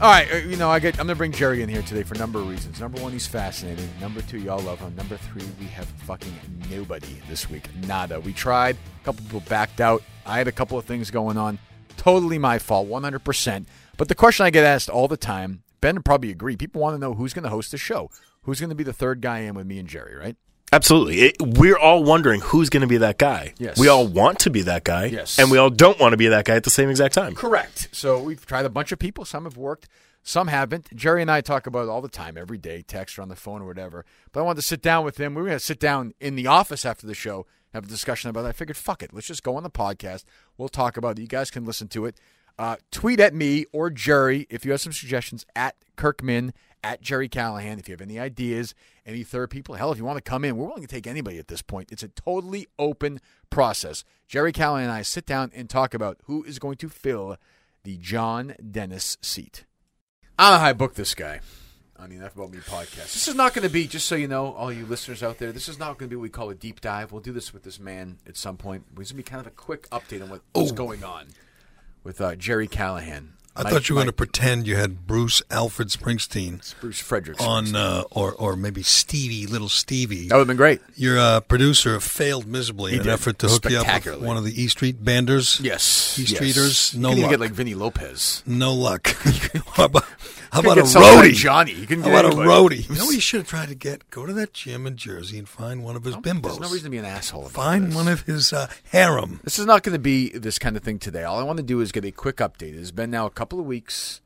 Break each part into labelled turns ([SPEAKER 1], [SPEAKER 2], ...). [SPEAKER 1] All right, uh, you know, I get, I'm going to bring Jerry in here today for a number of reasons. Number one, he's fascinating. Number two, y'all love him. Number three, we have fucking nobody this week. Nada. We tried. A couple people backed out. I had a couple of things going on. Totally my fault, 100%. But the question I get asked all the time, Ben would probably agree. People want to know who's going to host the show. Who's going to be the third guy in with me and Jerry, right?
[SPEAKER 2] Absolutely. It, we're all wondering who's going to be that guy.
[SPEAKER 1] Yes.
[SPEAKER 2] We all want to be that guy.
[SPEAKER 1] Yes.
[SPEAKER 2] And we all don't want to be that guy at the same exact time.
[SPEAKER 1] Correct. So we've tried a bunch of people. Some have worked, some haven't. Jerry and I talk about it all the time, every day, text or on the phone or whatever. But I wanted to sit down with him. We were going to sit down in the office after the show, have a discussion about it. I figured, fuck it. Let's just go on the podcast. We'll talk about it. You guys can listen to it. Uh, tweet at me or Jerry if you have some suggestions at Kirkman, at Jerry Callahan. If you have any ideas, any third people, hell, if you want to come in, we're willing to take anybody at this point. It's a totally open process. Jerry Callahan and I sit down and talk about who is going to fill the John Dennis seat. I don't know how I booked this guy on the Enough About Me podcast. This is not going to be, just so you know, all you listeners out there, this is not going to be what we call a deep dive. We'll do this with this man at some point. It's going to be kind of a quick update on what, what's going on with uh, Jerry Callahan.
[SPEAKER 3] I
[SPEAKER 1] Mike-
[SPEAKER 3] thought you were going to
[SPEAKER 1] Mike-
[SPEAKER 3] pretend you had Bruce Alfred Springsteen
[SPEAKER 1] Bruce Fredericks.
[SPEAKER 3] on, uh, or or maybe Stevie, little Stevie.
[SPEAKER 1] That would have been great.
[SPEAKER 3] Your uh, producer failed miserably
[SPEAKER 1] He
[SPEAKER 3] in an
[SPEAKER 1] did.
[SPEAKER 3] effort to hook you up with
[SPEAKER 1] Spectacularly.
[SPEAKER 3] one of the E Street banders.
[SPEAKER 1] Yes.
[SPEAKER 3] East Streeters, no
[SPEAKER 1] you can even
[SPEAKER 3] luck.
[SPEAKER 1] get like Vinny Lopez.
[SPEAKER 3] No luck. how about, how
[SPEAKER 1] Couldn't
[SPEAKER 3] about a
[SPEAKER 1] get someone like
[SPEAKER 3] roadie?
[SPEAKER 1] Johnny. You couldn't
[SPEAKER 3] how
[SPEAKER 1] get
[SPEAKER 3] about
[SPEAKER 1] anybody.
[SPEAKER 3] a roadie? You know what you should have tried to get? Go to that gym in Jersey and find one of his bimbos.
[SPEAKER 1] There's no reason to be an asshole. about
[SPEAKER 3] find
[SPEAKER 1] this.
[SPEAKER 3] one of his uh, harem.
[SPEAKER 1] This is not going to be this kind of thing today. All I want to do is get a quick update. It's been now a couple of weeks.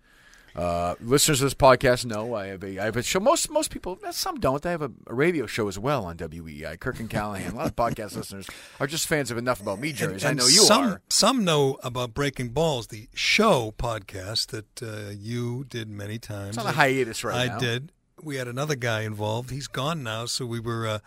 [SPEAKER 1] Uh, listeners of this podcast know I have a I have a show. Most most people, eh, some don't. I have a, a radio show as well on WEI. Kirk and Callahan. A lot of podcast listeners are just fans of enough about me, Jerry. as I know you
[SPEAKER 3] some,
[SPEAKER 1] are.
[SPEAKER 3] Some know about Breaking Balls, the show podcast that uh, you did many times.
[SPEAKER 1] It's on a hiatus right
[SPEAKER 3] I
[SPEAKER 1] now.
[SPEAKER 3] did. We had another guy involved. He's gone now, so we were uh,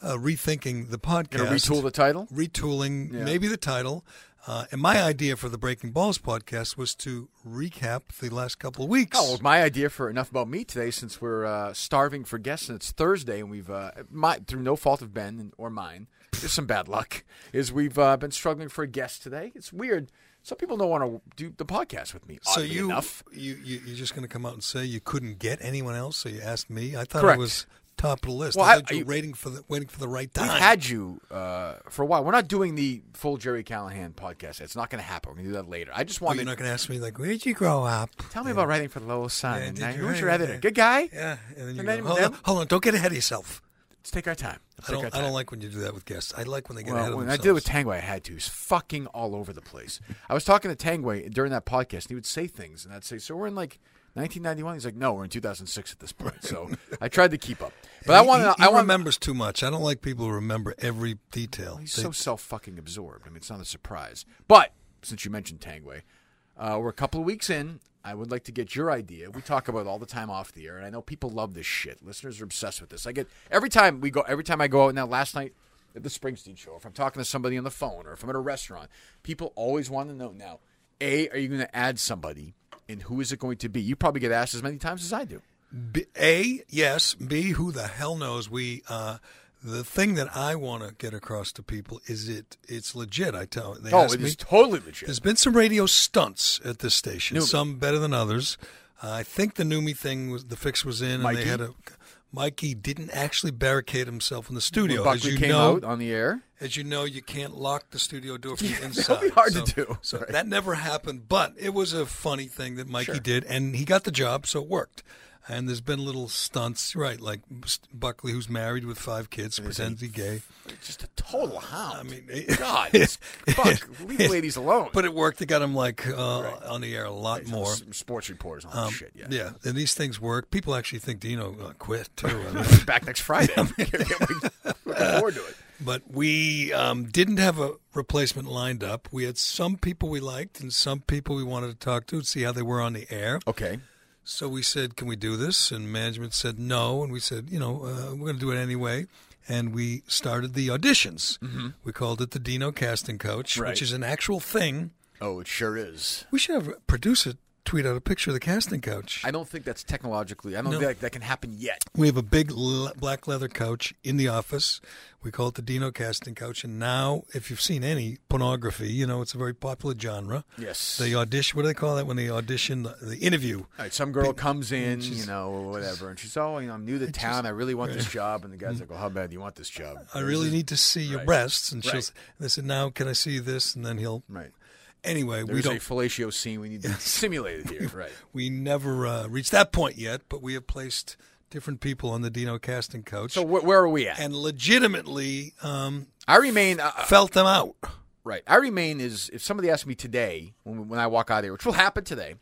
[SPEAKER 3] uh, rethinking the podcast.
[SPEAKER 1] Going to retool the title.
[SPEAKER 3] retooling
[SPEAKER 1] Yeah.
[SPEAKER 3] maybe the title. Uh, and my idea for the Breaking Balls podcast was to recap the last couple of weeks.
[SPEAKER 1] Oh, well, my idea for enough about me today, since we're uh, starving for guests and it's Thursday, and we've uh, my, through no fault of Ben and- or mine, just some bad luck, is we've uh, been struggling for a guest today. It's weird. Some people don't want to do the podcast with me.
[SPEAKER 3] so
[SPEAKER 1] oddly
[SPEAKER 3] you,
[SPEAKER 1] enough,
[SPEAKER 3] you you you're just going to come out and say you couldn't get anyone else, so you asked me. I thought
[SPEAKER 1] Correct.
[SPEAKER 3] it was top of the list.
[SPEAKER 1] Well,
[SPEAKER 3] I
[SPEAKER 1] I-
[SPEAKER 3] thought you were waiting for the waiting for the right time.
[SPEAKER 1] we've had you uh, for a while. We're not doing the full Jerry Callahan podcast. It's not going to happen. We're going to do that later. I just
[SPEAKER 3] Oh,
[SPEAKER 1] wanted
[SPEAKER 3] you're not going to ask me like, where'd you grow up?
[SPEAKER 1] tell me about writing for the Lowell
[SPEAKER 3] Yeah,
[SPEAKER 1] Sun. and
[SPEAKER 3] did
[SPEAKER 1] now,
[SPEAKER 3] you
[SPEAKER 1] who's
[SPEAKER 3] write
[SPEAKER 1] your
[SPEAKER 3] it?
[SPEAKER 1] editor? Good guy.
[SPEAKER 3] Yeah, and then you
[SPEAKER 1] And
[SPEAKER 3] go,
[SPEAKER 1] then-
[SPEAKER 3] hold,
[SPEAKER 1] then-
[SPEAKER 3] on, hold on, don't get ahead of yourself.
[SPEAKER 1] Let's take our time. Let's
[SPEAKER 3] I
[SPEAKER 1] take our
[SPEAKER 3] don't I
[SPEAKER 1] time.
[SPEAKER 3] don't like when you do that with guests. I like when they get ahead
[SPEAKER 1] Well,
[SPEAKER 3] of
[SPEAKER 1] when I
[SPEAKER 3] themselves.
[SPEAKER 1] did it with Tangway, I had to. He's fucking all over the place. I was talking to Tangway during that podcast, and he would say things, and I'd say, "So we're in like 1991." He's like, "No, we're in 2006 at this point." So I tried to keep up, but I
[SPEAKER 3] He-
[SPEAKER 1] want
[SPEAKER 3] he-
[SPEAKER 1] to.
[SPEAKER 3] he
[SPEAKER 1] I want
[SPEAKER 3] remembers too much. I don't like people who remember every detail.
[SPEAKER 1] He's
[SPEAKER 3] They-
[SPEAKER 1] so self fucking absorbed. I mean, it's not a surprise. But since you mentioned Tangway, uh, we're a couple of weeks in. I would like to get your idea. We talk about it all the time off the air, and I know people love this shit. Listeners are obsessed with this. I get every time we go, every time I go out. Now, last night at the Springsteen show, if I'm talking to somebody on the phone or if I'm at a restaurant, people always want to know now: A, are you going to add somebody, and who is it going to be? You probably get asked as many times as I do.
[SPEAKER 3] B- A, yes. B, who the hell knows? We uh, the thing that I want to get across to people is it it's legit. I tell they
[SPEAKER 1] oh,
[SPEAKER 3] ask
[SPEAKER 1] it
[SPEAKER 3] me.
[SPEAKER 1] is totally legit.
[SPEAKER 3] There's been some radio stunts at this station.
[SPEAKER 1] Numi.
[SPEAKER 3] Some better than others. Uh, I think the Numi thing was the fix was in, and
[SPEAKER 1] Mikey?
[SPEAKER 3] they had a. Mikey didn't actually barricade himself in the studio.
[SPEAKER 1] When
[SPEAKER 3] as
[SPEAKER 1] Buckley
[SPEAKER 3] you
[SPEAKER 1] came
[SPEAKER 3] know,
[SPEAKER 1] out on the air.
[SPEAKER 3] as you know, you can't lock the studio door from the
[SPEAKER 1] Yeah,
[SPEAKER 3] inside.
[SPEAKER 1] that'll be hard
[SPEAKER 3] so,
[SPEAKER 1] to do.
[SPEAKER 3] So
[SPEAKER 1] Right.
[SPEAKER 3] that never happened, but it was a funny thing that Mikey
[SPEAKER 1] Sure.
[SPEAKER 3] did, and he got the job, so it worked. And there's been little stunts, right? Like Buckley, who's married with five kids, pretends he's gay.
[SPEAKER 1] just a total hound.
[SPEAKER 3] I mean,
[SPEAKER 1] God, it's- fuck, leave ladies alone.
[SPEAKER 3] But it worked. It got him like uh, on the air a lot more. Um,
[SPEAKER 1] S- sports reporters and all that shit. Yeah,
[SPEAKER 3] yeah, and these things work. People actually think Dino uh, quit too. I mean, Uh,
[SPEAKER 1] back next Friday. Can't wait. Looking forward to it.
[SPEAKER 3] but we um, didn't have a replacement lined up. We had some people we liked and some people we wanted to talk to and see how they were on the air.
[SPEAKER 1] Okay.
[SPEAKER 3] So we said, "Can we do this?" And management said no, and we said, "You know, uh, we're going to do it anyway." And we started the auditions. We called it the Dino Casting Coach,
[SPEAKER 1] Mm-hmm. Right.
[SPEAKER 3] which is an actual thing.
[SPEAKER 1] Oh, it sure is.
[SPEAKER 3] We should have a producer tweet out a picture of the casting couch.
[SPEAKER 1] I don't think that's technologically. I don't
[SPEAKER 3] No.
[SPEAKER 1] think that, that can happen yet.
[SPEAKER 3] We have a big le- black leather couch in the office. We call it the Dino casting couch. And now, if you've seen any pornography, you know it's a very popular genre.
[SPEAKER 1] Yes.
[SPEAKER 3] They audition. What do they call that when they audition the, the interview?
[SPEAKER 1] All right, some girl comes in, you know, or whatever, and she's, oh, you know, I'm new to town. I really want this job. And the guy's like, well, how bad do you want this job?
[SPEAKER 3] Mm. I really need to see your
[SPEAKER 1] Right.
[SPEAKER 3] breasts. And she'll.
[SPEAKER 1] Right.
[SPEAKER 3] s- And they said, "Now, can I see this?" And then he'll.
[SPEAKER 1] Right.
[SPEAKER 3] Anyway, we
[SPEAKER 1] There's a
[SPEAKER 3] don't.
[SPEAKER 1] fellatio scene we need to simulate here. Right.
[SPEAKER 3] we never uh, reached that point yet, but we have placed different people on the Dino casting couch
[SPEAKER 1] So wh- where are we at?
[SPEAKER 3] and legitimately um,
[SPEAKER 1] I remain uh, uh,
[SPEAKER 3] felt them out.
[SPEAKER 1] right. I remain is if somebody asks me today when, when I walk out of here, which will happen today,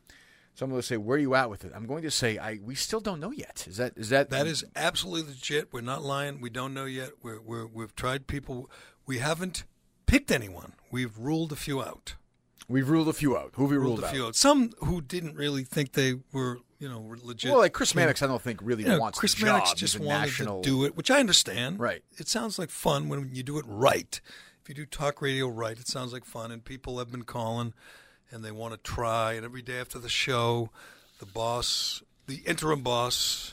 [SPEAKER 1] someone will say, "Where are you at with it?" I'm going to say, "I we still don't know yet." Is that is that
[SPEAKER 3] That is absolutely legit. We're not lying. We don't know yet. We're, we're, we've tried people. We haven't picked anyone. We've ruled a few out.
[SPEAKER 1] we've ruled a few out. Who have we ruled,
[SPEAKER 3] a
[SPEAKER 1] out?
[SPEAKER 3] few out. Some who didn't really think they were, you know, were legit.
[SPEAKER 1] Well, like Chris
[SPEAKER 3] Came-
[SPEAKER 1] Mannix, I don't think really
[SPEAKER 3] You know,
[SPEAKER 1] wants
[SPEAKER 3] Chris
[SPEAKER 1] the job.
[SPEAKER 3] Mannix
[SPEAKER 1] He's
[SPEAKER 3] just
[SPEAKER 1] a
[SPEAKER 3] wanted
[SPEAKER 1] national...
[SPEAKER 3] to do it, which I understand.
[SPEAKER 1] Right.
[SPEAKER 3] It sounds like fun when you do it right. If you do talk radio right, it sounds like fun. And people have been calling, and they want to try. And every day after the show, the boss, the interim boss,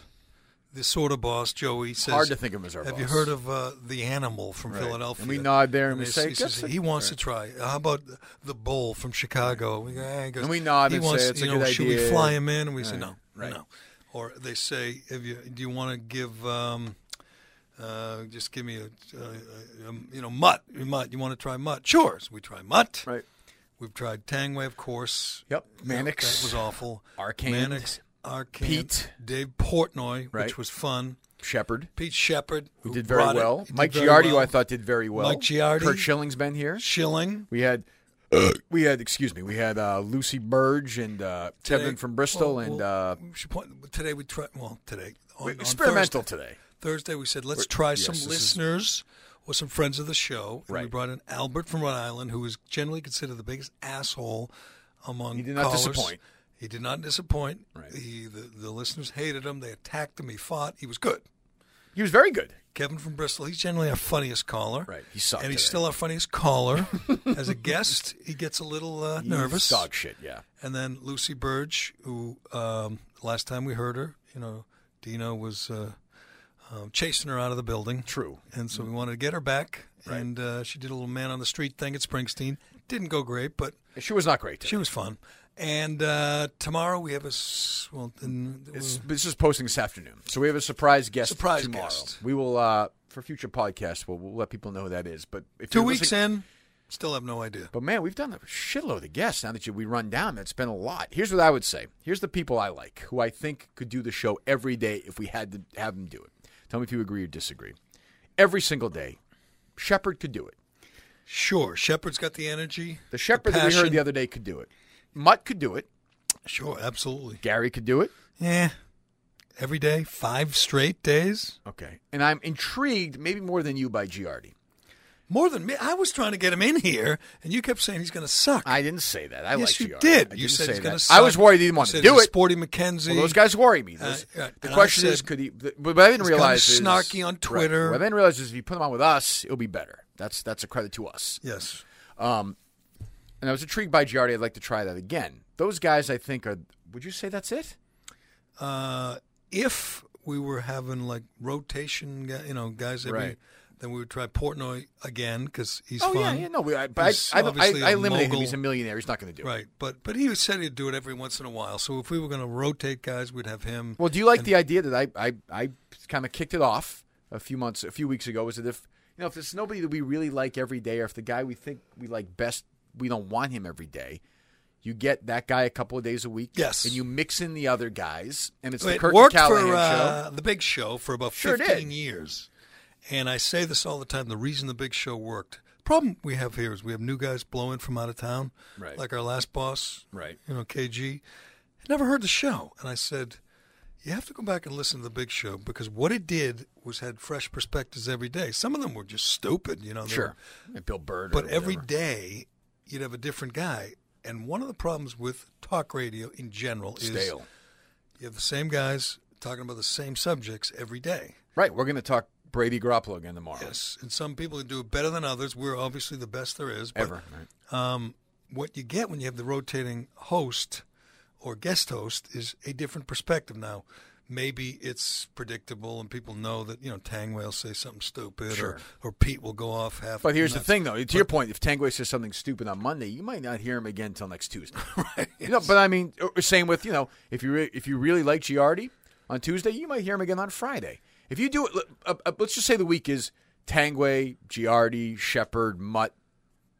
[SPEAKER 3] the sort of boss, Joey says,
[SPEAKER 1] Hard to think of him as our
[SPEAKER 3] Have you
[SPEAKER 1] boss."
[SPEAKER 3] heard of uh, the animal from Philadelphia?
[SPEAKER 1] And we nod there and we
[SPEAKER 3] they-
[SPEAKER 1] say,
[SPEAKER 3] he,
[SPEAKER 1] "Guess
[SPEAKER 3] says,
[SPEAKER 1] it."
[SPEAKER 3] he wants to try. How about the bull from Chicago? We go, eh, he goes,
[SPEAKER 1] And we nod
[SPEAKER 3] he
[SPEAKER 1] and
[SPEAKER 3] wants,
[SPEAKER 1] say, "It's a
[SPEAKER 3] you know,
[SPEAKER 1] good
[SPEAKER 3] Should
[SPEAKER 1] idea."
[SPEAKER 3] we fly him in? And we say,
[SPEAKER 1] Right,
[SPEAKER 3] no,
[SPEAKER 1] right.
[SPEAKER 3] no. Or they say, if you, do you want to give, um, uh, just give me a, uh a, you know, mutt, mutt. You want to try mutt? Sure. So we try mutt.
[SPEAKER 1] Right.
[SPEAKER 3] We've tried Tangway, of course.
[SPEAKER 1] Yep.
[SPEAKER 3] That-
[SPEAKER 1] Mannix.
[SPEAKER 3] That was awful.
[SPEAKER 1] Arcand.
[SPEAKER 3] Mannix. Arcand.
[SPEAKER 1] Pete.
[SPEAKER 3] Dave Portnoy,
[SPEAKER 1] Right.
[SPEAKER 3] which was fun.
[SPEAKER 1] Shepard.
[SPEAKER 3] Pete Shepard,
[SPEAKER 1] Who did very
[SPEAKER 3] brought it.
[SPEAKER 1] well.
[SPEAKER 3] He did
[SPEAKER 1] Mike
[SPEAKER 3] very
[SPEAKER 1] Giardi, who
[SPEAKER 3] well.
[SPEAKER 1] I thought did very well.
[SPEAKER 3] Mike Giardi.
[SPEAKER 1] Kurt Schilling's been here.
[SPEAKER 3] Schilling.
[SPEAKER 1] We had, we had, excuse me, we had uh, Lucy Burge and uh,
[SPEAKER 3] Today-
[SPEAKER 1] Kevin from Bristol
[SPEAKER 3] well,
[SPEAKER 1] and
[SPEAKER 3] well,
[SPEAKER 1] uh,
[SPEAKER 3] we should point- today we tried. Well, today on, on
[SPEAKER 1] experimental
[SPEAKER 3] Thursday,
[SPEAKER 1] today.
[SPEAKER 3] Thursday we said let's try some
[SPEAKER 1] this is-
[SPEAKER 3] listeners or some friends of the show. And We
[SPEAKER 1] Right.
[SPEAKER 3] brought in Albert from Rhode Island, who is generally considered the biggest asshole among.
[SPEAKER 1] He did not
[SPEAKER 3] callers.
[SPEAKER 1] disappoint.
[SPEAKER 3] He did not disappoint.
[SPEAKER 1] Right.
[SPEAKER 3] He, the, the listeners hated him. They attacked him. He fought. He was good.
[SPEAKER 1] He was very good.
[SPEAKER 3] Kevin from Bristol. He's generally our funniest caller.
[SPEAKER 1] Right, he sucked
[SPEAKER 3] And he's
[SPEAKER 1] today.
[SPEAKER 3] still our funniest caller. As a guest, he gets a little uh, nervous.
[SPEAKER 1] He's Dog shit, yeah.
[SPEAKER 3] And then Lucy Burge, who um, last time we heard her, you know, Dino was uh, um, chasing her out of the building.
[SPEAKER 1] True. Mm-hmm.
[SPEAKER 3] And so we wanted to get her back. And uh, she did a little man on the street thing at Springsteen. Didn't go great, but
[SPEAKER 1] She was not great. Today.
[SPEAKER 3] she was fun. And uh, tomorrow we have a s- well, then,
[SPEAKER 1] It's, this is posting this afternoon, so we have a surprise guest
[SPEAKER 3] Surprise
[SPEAKER 1] tomorrow.
[SPEAKER 3] guest.
[SPEAKER 1] We will uh, for future podcasts. We'll, we'll let people know who that is. But if
[SPEAKER 3] two
[SPEAKER 1] you're
[SPEAKER 3] weeks
[SPEAKER 1] listening-
[SPEAKER 3] in, still have no idea.
[SPEAKER 1] But man, we've done a shitload of guests now that you, we run down. That's been a lot. Here's what I would say. Here's the people I like who I think could do the show every day if we had to have them do it. Tell me if you agree or disagree. Every single day, Shepard could do it.
[SPEAKER 3] Sure, Shepard's got the energy.
[SPEAKER 1] The Shepard that we
[SPEAKER 3] passion.
[SPEAKER 1] heard the other day could do it. Mutt could do it.
[SPEAKER 3] Sure, absolutely.
[SPEAKER 1] Gary could do it.
[SPEAKER 3] Yeah. Every day, five straight days.
[SPEAKER 1] Okay. And I'm intrigued, maybe more than you, by Giardi.
[SPEAKER 3] More than me. I was trying to get him in here, and you kept saying he's going to suck.
[SPEAKER 1] I didn't say that. I
[SPEAKER 3] yes,
[SPEAKER 1] like
[SPEAKER 3] you
[SPEAKER 1] Giardi. I
[SPEAKER 3] did.
[SPEAKER 1] didn't
[SPEAKER 3] You said
[SPEAKER 1] say
[SPEAKER 3] he's going
[SPEAKER 1] that.
[SPEAKER 3] to suck.
[SPEAKER 1] I was worried he didn't
[SPEAKER 3] You
[SPEAKER 1] want to
[SPEAKER 3] said
[SPEAKER 1] do
[SPEAKER 3] he's a
[SPEAKER 1] it.
[SPEAKER 3] Sporty McKenzie.
[SPEAKER 1] Well, those guys worry me.
[SPEAKER 3] Uh,
[SPEAKER 1] Those-
[SPEAKER 3] yeah,
[SPEAKER 1] the
[SPEAKER 3] and I
[SPEAKER 1] question
[SPEAKER 3] said-
[SPEAKER 1] is, could he? th- But what I didn't
[SPEAKER 3] He's kinda
[SPEAKER 1] realize is
[SPEAKER 3] snarky on
[SPEAKER 1] right.
[SPEAKER 3] Twitter.
[SPEAKER 1] What I didn't realize is if you put him on with us, it'll be better. That's that's a credit to us.
[SPEAKER 3] Yes.
[SPEAKER 1] Um, and I was intrigued by Giardi. I'd like to try that again. Those guys, I think, are. Would you say that's it?
[SPEAKER 3] Uh, if we were having like rotation, gu- you know, guys every,
[SPEAKER 1] Right.
[SPEAKER 3] then we would try Portnoy again because he's
[SPEAKER 1] oh yeah,
[SPEAKER 3] fun.
[SPEAKER 1] yeah. No, we, I, but
[SPEAKER 3] He's
[SPEAKER 1] I, I, don't- I,
[SPEAKER 3] obviously
[SPEAKER 1] I
[SPEAKER 3] a
[SPEAKER 1] eliminated him.
[SPEAKER 3] mogul.
[SPEAKER 1] He's a millionaire. He's not going to do it.
[SPEAKER 3] Right, but but he said he'd do it every once in a while. So if we were going to rotate guys, we'd have him.
[SPEAKER 1] Well, do you like the idea that I I, I kind of kicked it off a few months, a few weeks ago? Was that if you know if there's nobody that we really like every day, or if the guy we think we like best, we don't want him every day. You get that guy a couple of days a week,
[SPEAKER 3] Yes.
[SPEAKER 1] and you mix in the other guys, and it's the
[SPEAKER 3] it
[SPEAKER 1] Kirk
[SPEAKER 3] worked
[SPEAKER 1] Callahan
[SPEAKER 3] for
[SPEAKER 1] show.
[SPEAKER 3] uh, the Big Show for about
[SPEAKER 1] Sure did.
[SPEAKER 3] 15 years, and I say this all the time. The reason the Big Show worked. Problem we have here is we have new guys blowing from out of town,
[SPEAKER 1] Right.
[SPEAKER 3] like our last boss,
[SPEAKER 1] Right.
[SPEAKER 3] You know, KG. Never heard the show, and I said, you have to go back and listen to the big show because what it did was had fresh perspectives every day. Some of them were just stupid, you know. they
[SPEAKER 1] Sure.
[SPEAKER 3] were-
[SPEAKER 1] And Bill Bird. or
[SPEAKER 3] But every
[SPEAKER 1] whatever.
[SPEAKER 3] day you'd have a different guy. And one of the problems with talk radio in general is
[SPEAKER 1] stale.
[SPEAKER 3] you have the same guys talking about the same subjects every day.
[SPEAKER 1] Right. We're going to talk Brady Garoppolo again tomorrow.
[SPEAKER 3] Yes, and some people can do it better than others. We're obviously the best there is. But
[SPEAKER 1] Ever. Right.
[SPEAKER 3] um, what you get when you have the rotating host or guest host is a different perspective now. Maybe it's predictable and people know that, you know, Tangway will say something stupid
[SPEAKER 1] Sure.
[SPEAKER 3] or, or Pete will go off half.
[SPEAKER 1] But here's the
[SPEAKER 3] nuts.
[SPEAKER 1] thing, though. To
[SPEAKER 3] But-
[SPEAKER 1] your point, if Tanguay says something stupid on Monday, you might not hear him again until next Tuesday. right. You know, but I mean, or- or same with you know, if you re- if you really like Giardi on Tuesday, you might hear him again on Friday. If you do it, l- uh, uh, let's just say the week is Tanguay, Giardi, Shepard, Mutt,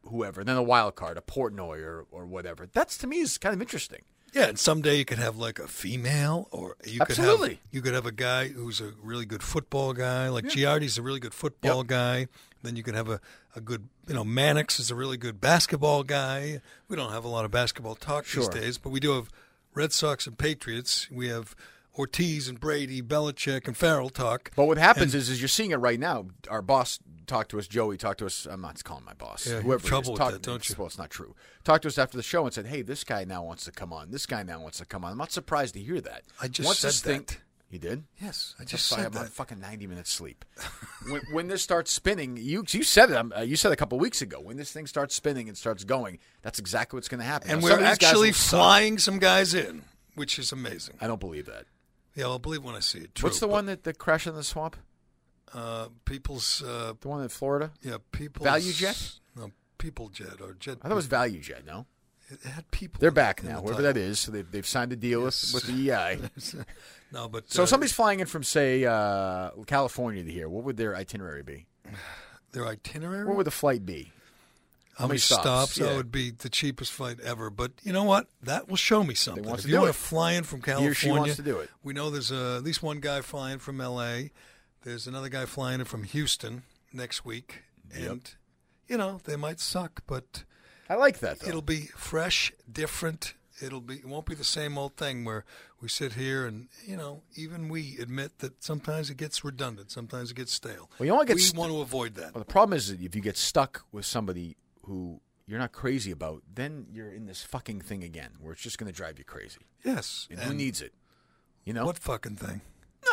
[SPEAKER 1] whoever, then a wild card, a Portnoy or, or whatever. That's to me is kind of interesting.
[SPEAKER 3] Yeah, and someday you could have like a female, or you could have
[SPEAKER 1] Absolutely.
[SPEAKER 3] you could have a guy who's a really good football guy, like Giardi's a really good football guy. Then you could have a, a good, you know, Mannix is a really good basketball guy. We don't have a lot of basketball talk
[SPEAKER 1] Sure.
[SPEAKER 3] these days, but we do have Red Sox and Patriots. We have Ortiz and Brady, Belichick and Farrell talk.
[SPEAKER 1] But what happens is, is you're seeing it right now. Our boss talked to us, Joey talked to us. I'm not calling my boss.
[SPEAKER 3] Yeah, you have
[SPEAKER 1] whoever it is,
[SPEAKER 3] trouble with
[SPEAKER 1] talked-
[SPEAKER 3] that, don't you?
[SPEAKER 1] Well, it's not true. Talked to us after the show and said, "Hey, this guy now wants to come on. This guy now wants to come on." I'm not surprised to hear that.
[SPEAKER 3] I just
[SPEAKER 1] Once
[SPEAKER 3] said
[SPEAKER 1] this thing-
[SPEAKER 3] that.
[SPEAKER 1] You did?
[SPEAKER 3] Yes, I
[SPEAKER 1] I'm
[SPEAKER 3] just
[SPEAKER 1] sorry,
[SPEAKER 3] said
[SPEAKER 1] I'm on
[SPEAKER 3] that.
[SPEAKER 1] fucking 90 minutes sleep. when, when this starts spinning, you you said it. um, Uh, you said a couple weeks ago. When this thing starts spinning and starts going, that's exactly what's going to happen.
[SPEAKER 3] And
[SPEAKER 1] Now, some
[SPEAKER 3] we're
[SPEAKER 1] of these guys
[SPEAKER 3] actually
[SPEAKER 1] will suck.
[SPEAKER 3] flying some guys in, which is amazing.
[SPEAKER 1] I don't believe that.
[SPEAKER 3] Yeah, I'll believe when I see it.
[SPEAKER 1] What's the
[SPEAKER 3] True, but,
[SPEAKER 1] one that the crash in the swamp?
[SPEAKER 3] Uh, people's uh,
[SPEAKER 1] The one in Florida?
[SPEAKER 3] Yeah, people
[SPEAKER 1] Value Jet?
[SPEAKER 3] No, people jet or jet.
[SPEAKER 1] I thought it was Value Jet. No.
[SPEAKER 3] it had people.
[SPEAKER 1] They're
[SPEAKER 3] in-
[SPEAKER 1] back
[SPEAKER 3] in
[SPEAKER 1] now,
[SPEAKER 3] the
[SPEAKER 1] whoever
[SPEAKER 3] title.
[SPEAKER 1] that is. So they've, they've signed a deal
[SPEAKER 3] Yes.
[SPEAKER 1] with, with the EI.
[SPEAKER 3] No, but
[SPEAKER 1] So
[SPEAKER 3] uh,
[SPEAKER 1] somebody's flying in from, say, uh, California to here. What would their itinerary be?
[SPEAKER 3] their itinerary.
[SPEAKER 1] What would the flight be?
[SPEAKER 3] how many
[SPEAKER 1] many stops?
[SPEAKER 3] stops?
[SPEAKER 1] Yeah.
[SPEAKER 3] That would be the cheapest flight ever. But you know what? That will show me something.
[SPEAKER 1] wants
[SPEAKER 3] if
[SPEAKER 1] to
[SPEAKER 3] you
[SPEAKER 1] do
[SPEAKER 3] want
[SPEAKER 1] it.
[SPEAKER 3] to fly in from
[SPEAKER 1] He
[SPEAKER 3] California,
[SPEAKER 1] or she wants to do it.
[SPEAKER 3] We know there's uh, at least one guy flying from L.A. There's another guy flying in from Houston next week, and you know they might suck, but
[SPEAKER 1] I like that, though.
[SPEAKER 3] It'll be fresh, different. It'll be. It won't be the same old thing where we sit here and you know even we admit that sometimes it gets redundant, sometimes it gets stale.
[SPEAKER 1] Well, you don't get
[SPEAKER 3] we
[SPEAKER 1] st-
[SPEAKER 3] want to avoid that.
[SPEAKER 1] well, the problem is that if you get stuck with somebody who you're not crazy about, then you're in this fucking thing again where it's just going to drive you crazy.
[SPEAKER 3] Yes.
[SPEAKER 1] And, who needs it? You know?
[SPEAKER 3] what fucking thing?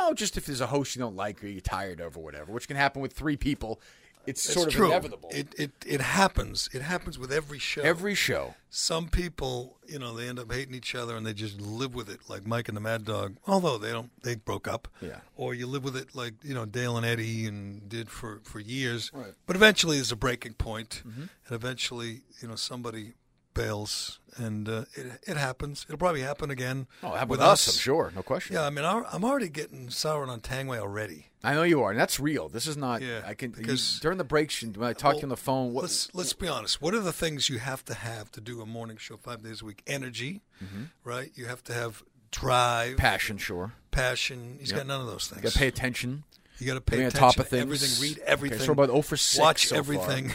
[SPEAKER 1] No, just if there's a host you don't like or you're tired of or whatever, which can happen with three people. It's,
[SPEAKER 3] It's
[SPEAKER 1] sort of
[SPEAKER 3] true.
[SPEAKER 1] inevitable.
[SPEAKER 3] It, it it happens. It happens with every show.
[SPEAKER 1] Every show.
[SPEAKER 3] some people, you know, they end up hating each other and they just live with it, like Mike and the Mad Dog. Although they don't, they broke up.
[SPEAKER 1] Yeah.
[SPEAKER 3] Or you live with it, like you know Dale and Eddie and did for for years. Right. But eventually, there's a breaking point,
[SPEAKER 1] Mm-hmm.
[SPEAKER 3] and eventually, you know, somebody bails, and uh, it it happens. It'll probably happen again.
[SPEAKER 1] Oh, it happened
[SPEAKER 3] with
[SPEAKER 1] with us, I'm sure. No question.
[SPEAKER 3] Yeah, I mean, I'm I'm already getting sour on Tangway already.
[SPEAKER 1] I know you are, and that's real. This is not.
[SPEAKER 3] Yeah,
[SPEAKER 1] I can
[SPEAKER 3] because-
[SPEAKER 1] you, during the breaks and when I talk to you on the phone. What,
[SPEAKER 3] let's let's be honest. What are the things you have to have to do a morning show five days a week? Energy,
[SPEAKER 1] Mm-hmm.
[SPEAKER 3] right? You have to have drive,
[SPEAKER 1] passion, sure.
[SPEAKER 3] passion. He's got none of those things.
[SPEAKER 1] You got to pay attention.
[SPEAKER 3] You got to pay
[SPEAKER 1] Being on
[SPEAKER 3] attention
[SPEAKER 1] top
[SPEAKER 3] to
[SPEAKER 1] of things.
[SPEAKER 3] everything. Read
[SPEAKER 1] Okay, so
[SPEAKER 3] everything.
[SPEAKER 1] we're about 0 for 6
[SPEAKER 3] Watch
[SPEAKER 1] so far.
[SPEAKER 3] everything,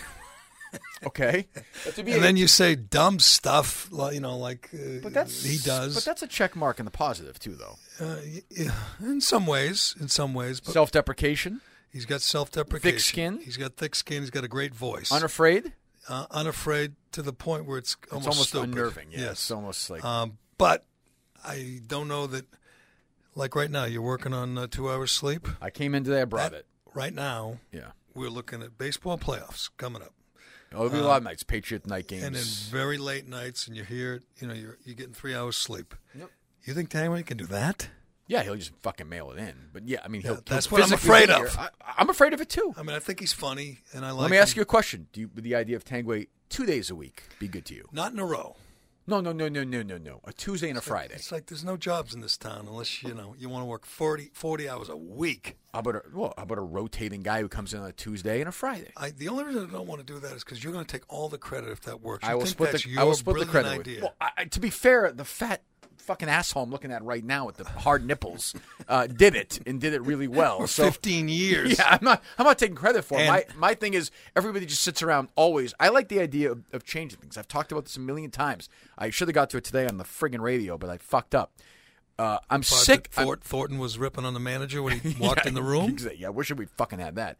[SPEAKER 1] Okay, but, to be
[SPEAKER 3] and
[SPEAKER 1] a-
[SPEAKER 3] then you say dumb stuff. li- You know, like uh,
[SPEAKER 1] but that's
[SPEAKER 3] he does.
[SPEAKER 1] But that's a check mark in the positive too, though.
[SPEAKER 3] uh, y- yeah, in some ways, in some ways. But
[SPEAKER 1] Self-deprecation,
[SPEAKER 3] he's got self-deprecation.
[SPEAKER 1] skin.
[SPEAKER 3] He's got thick skin. He's got a great voice.
[SPEAKER 1] unafraid.
[SPEAKER 3] uh, unafraid to the point where it's
[SPEAKER 1] It's
[SPEAKER 3] almost,
[SPEAKER 1] almost
[SPEAKER 3] stupid.
[SPEAKER 1] unnerving. Yeah,
[SPEAKER 3] Yes.
[SPEAKER 1] it's almost like
[SPEAKER 3] Um, but I don't know that. Like right now, you're working on uh, two hours sleep.
[SPEAKER 1] I came in today. I brought
[SPEAKER 3] That-
[SPEAKER 1] it.
[SPEAKER 3] Right now,
[SPEAKER 1] Yeah,
[SPEAKER 3] we're looking at baseball playoffs coming up,
[SPEAKER 1] it'll be a lot of nights. Patriot night
[SPEAKER 3] uh, and then
[SPEAKER 1] games.
[SPEAKER 3] very late nights, and you're here. You know, you're you're getting three hours sleep. Yep. You think Tangway can do that?
[SPEAKER 1] yeah, he'll just fucking mail it in. But yeah, I mean, he'll,
[SPEAKER 3] Yeah, that's
[SPEAKER 1] he'll
[SPEAKER 3] what I'm
[SPEAKER 1] physically
[SPEAKER 3] afraid
[SPEAKER 1] be here.
[SPEAKER 3] of.
[SPEAKER 1] I, I'm afraid of it too.
[SPEAKER 3] I mean, I think he's funny, and I like.
[SPEAKER 1] Let me ask
[SPEAKER 3] him.
[SPEAKER 1] you a question. Do you, would the idea of Tangway two days a week be good to you?
[SPEAKER 3] Not in a row.
[SPEAKER 1] No, no, no, no, no, no, no. A Tuesday and a Friday.
[SPEAKER 3] It's like there's no jobs in this town unless you know you want to work 40, 40 hours a week.
[SPEAKER 1] How about a, well, how about a rotating guy who comes in on a Tuesday and a Friday?
[SPEAKER 3] I, the only reason I don't want to do that is because you're going to take all the credit if that works.
[SPEAKER 1] I
[SPEAKER 3] You
[SPEAKER 1] will
[SPEAKER 3] think
[SPEAKER 1] split
[SPEAKER 3] that's
[SPEAKER 1] the
[SPEAKER 3] your
[SPEAKER 1] I will split the
[SPEAKER 3] brilliant
[SPEAKER 1] credit. with-
[SPEAKER 3] idea.
[SPEAKER 1] Well, I, I- to be fair, the fat fucking asshole I'm looking at right now with the hard nipples uh, did it and did it really well.
[SPEAKER 3] for
[SPEAKER 1] So
[SPEAKER 3] 15 years.
[SPEAKER 1] yeah, I'm not I'm not taking credit for it.
[SPEAKER 3] And-
[SPEAKER 1] My my thing is everybody just sits around always. I like the idea of, of changing things. I've talked about this a million times. I should have got to it today on the friggin' radio, but I fucked up. Uh, I'm
[SPEAKER 3] Thought that
[SPEAKER 1] sick. I'm-
[SPEAKER 3] Thor- Thornton was ripping on the manager when he walked in the room.
[SPEAKER 1] Exa- Yeah, I wish we fucking had that.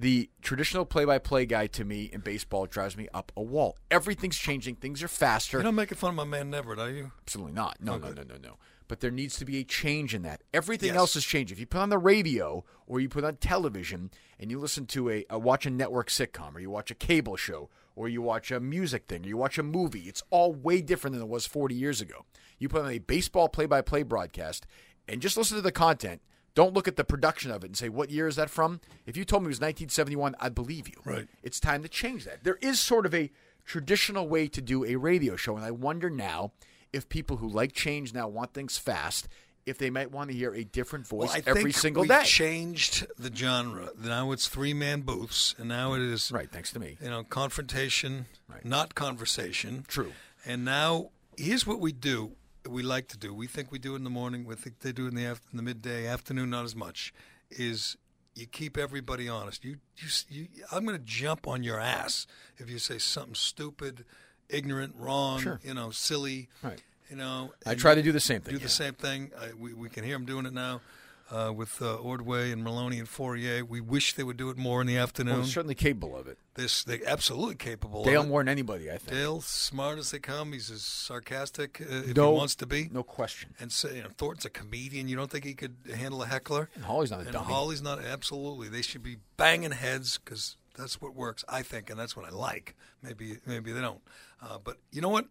[SPEAKER 1] The traditional play-by-play guy to me in baseball drives me up a wall. Everything's changing. Things are faster.
[SPEAKER 3] You're not making fun of my man Everett, are you?
[SPEAKER 1] Absolutely not. No, no,
[SPEAKER 3] Okay.
[SPEAKER 1] no, no, no. But there needs to be a change in that. Everything
[SPEAKER 3] Yes.
[SPEAKER 1] else is changing. If you put on the radio or you put on television and you listen to a, a watch a network sitcom or you watch a cable show or you watch a music thing or you watch a movie, it's all way different than it was 40 years ago. You put on a baseball play-by-play broadcast and just listen to the content. Don't look at the production of it and say what year is that from. If you told me it was 1971, I'd believe you.
[SPEAKER 3] Right.
[SPEAKER 1] It's time to change that. There is sort of a traditional way to do a radio show, and I wonder now if people who like change now want things fast, if they might want to hear a different voice
[SPEAKER 3] I
[SPEAKER 1] every
[SPEAKER 3] think
[SPEAKER 1] single
[SPEAKER 3] we
[SPEAKER 1] day.
[SPEAKER 3] changed the genre. Now it's three man booths, and now it is
[SPEAKER 1] right, thanks to me.
[SPEAKER 3] you know confrontation,
[SPEAKER 1] Right.
[SPEAKER 3] not conversation.
[SPEAKER 1] True.
[SPEAKER 3] And now here's what we do. We like to do. We think we do it in the morning. We think they do it in the after, in the midday afternoon. Not as much. Is you keep everybody honest. You you, s- you I'm going to jump on your ass if you say something stupid, ignorant, wrong.
[SPEAKER 1] Sure.
[SPEAKER 3] You know, silly.
[SPEAKER 1] Right.
[SPEAKER 3] You know.
[SPEAKER 1] I
[SPEAKER 3] and
[SPEAKER 1] try to do the same thing,
[SPEAKER 3] Do the
[SPEAKER 1] yeah.
[SPEAKER 3] same thing. I, we we can hear them doing it now. Uh, with uh, Ordway and Maloney and Fourier, we wish they would do it more in the afternoon.
[SPEAKER 1] Well, they're certainly capable of it.
[SPEAKER 3] This they're absolutely capable.
[SPEAKER 1] Dale
[SPEAKER 3] of it.
[SPEAKER 1] more than anybody, I think.
[SPEAKER 3] Dale's smart as they come. He's as sarcastic uh, if
[SPEAKER 1] No-
[SPEAKER 3] he wants to be.
[SPEAKER 1] No question.
[SPEAKER 3] And so, you know, Thornton's a comedian. You don't think he could handle a heckler?
[SPEAKER 1] And Hawley's not a
[SPEAKER 3] And
[SPEAKER 1] dummy.
[SPEAKER 3] Hawley's not. Absolutely, they should be banging heads because that's what works, I think, and that's what I like. Maybe maybe they don't. Uh, but you know what?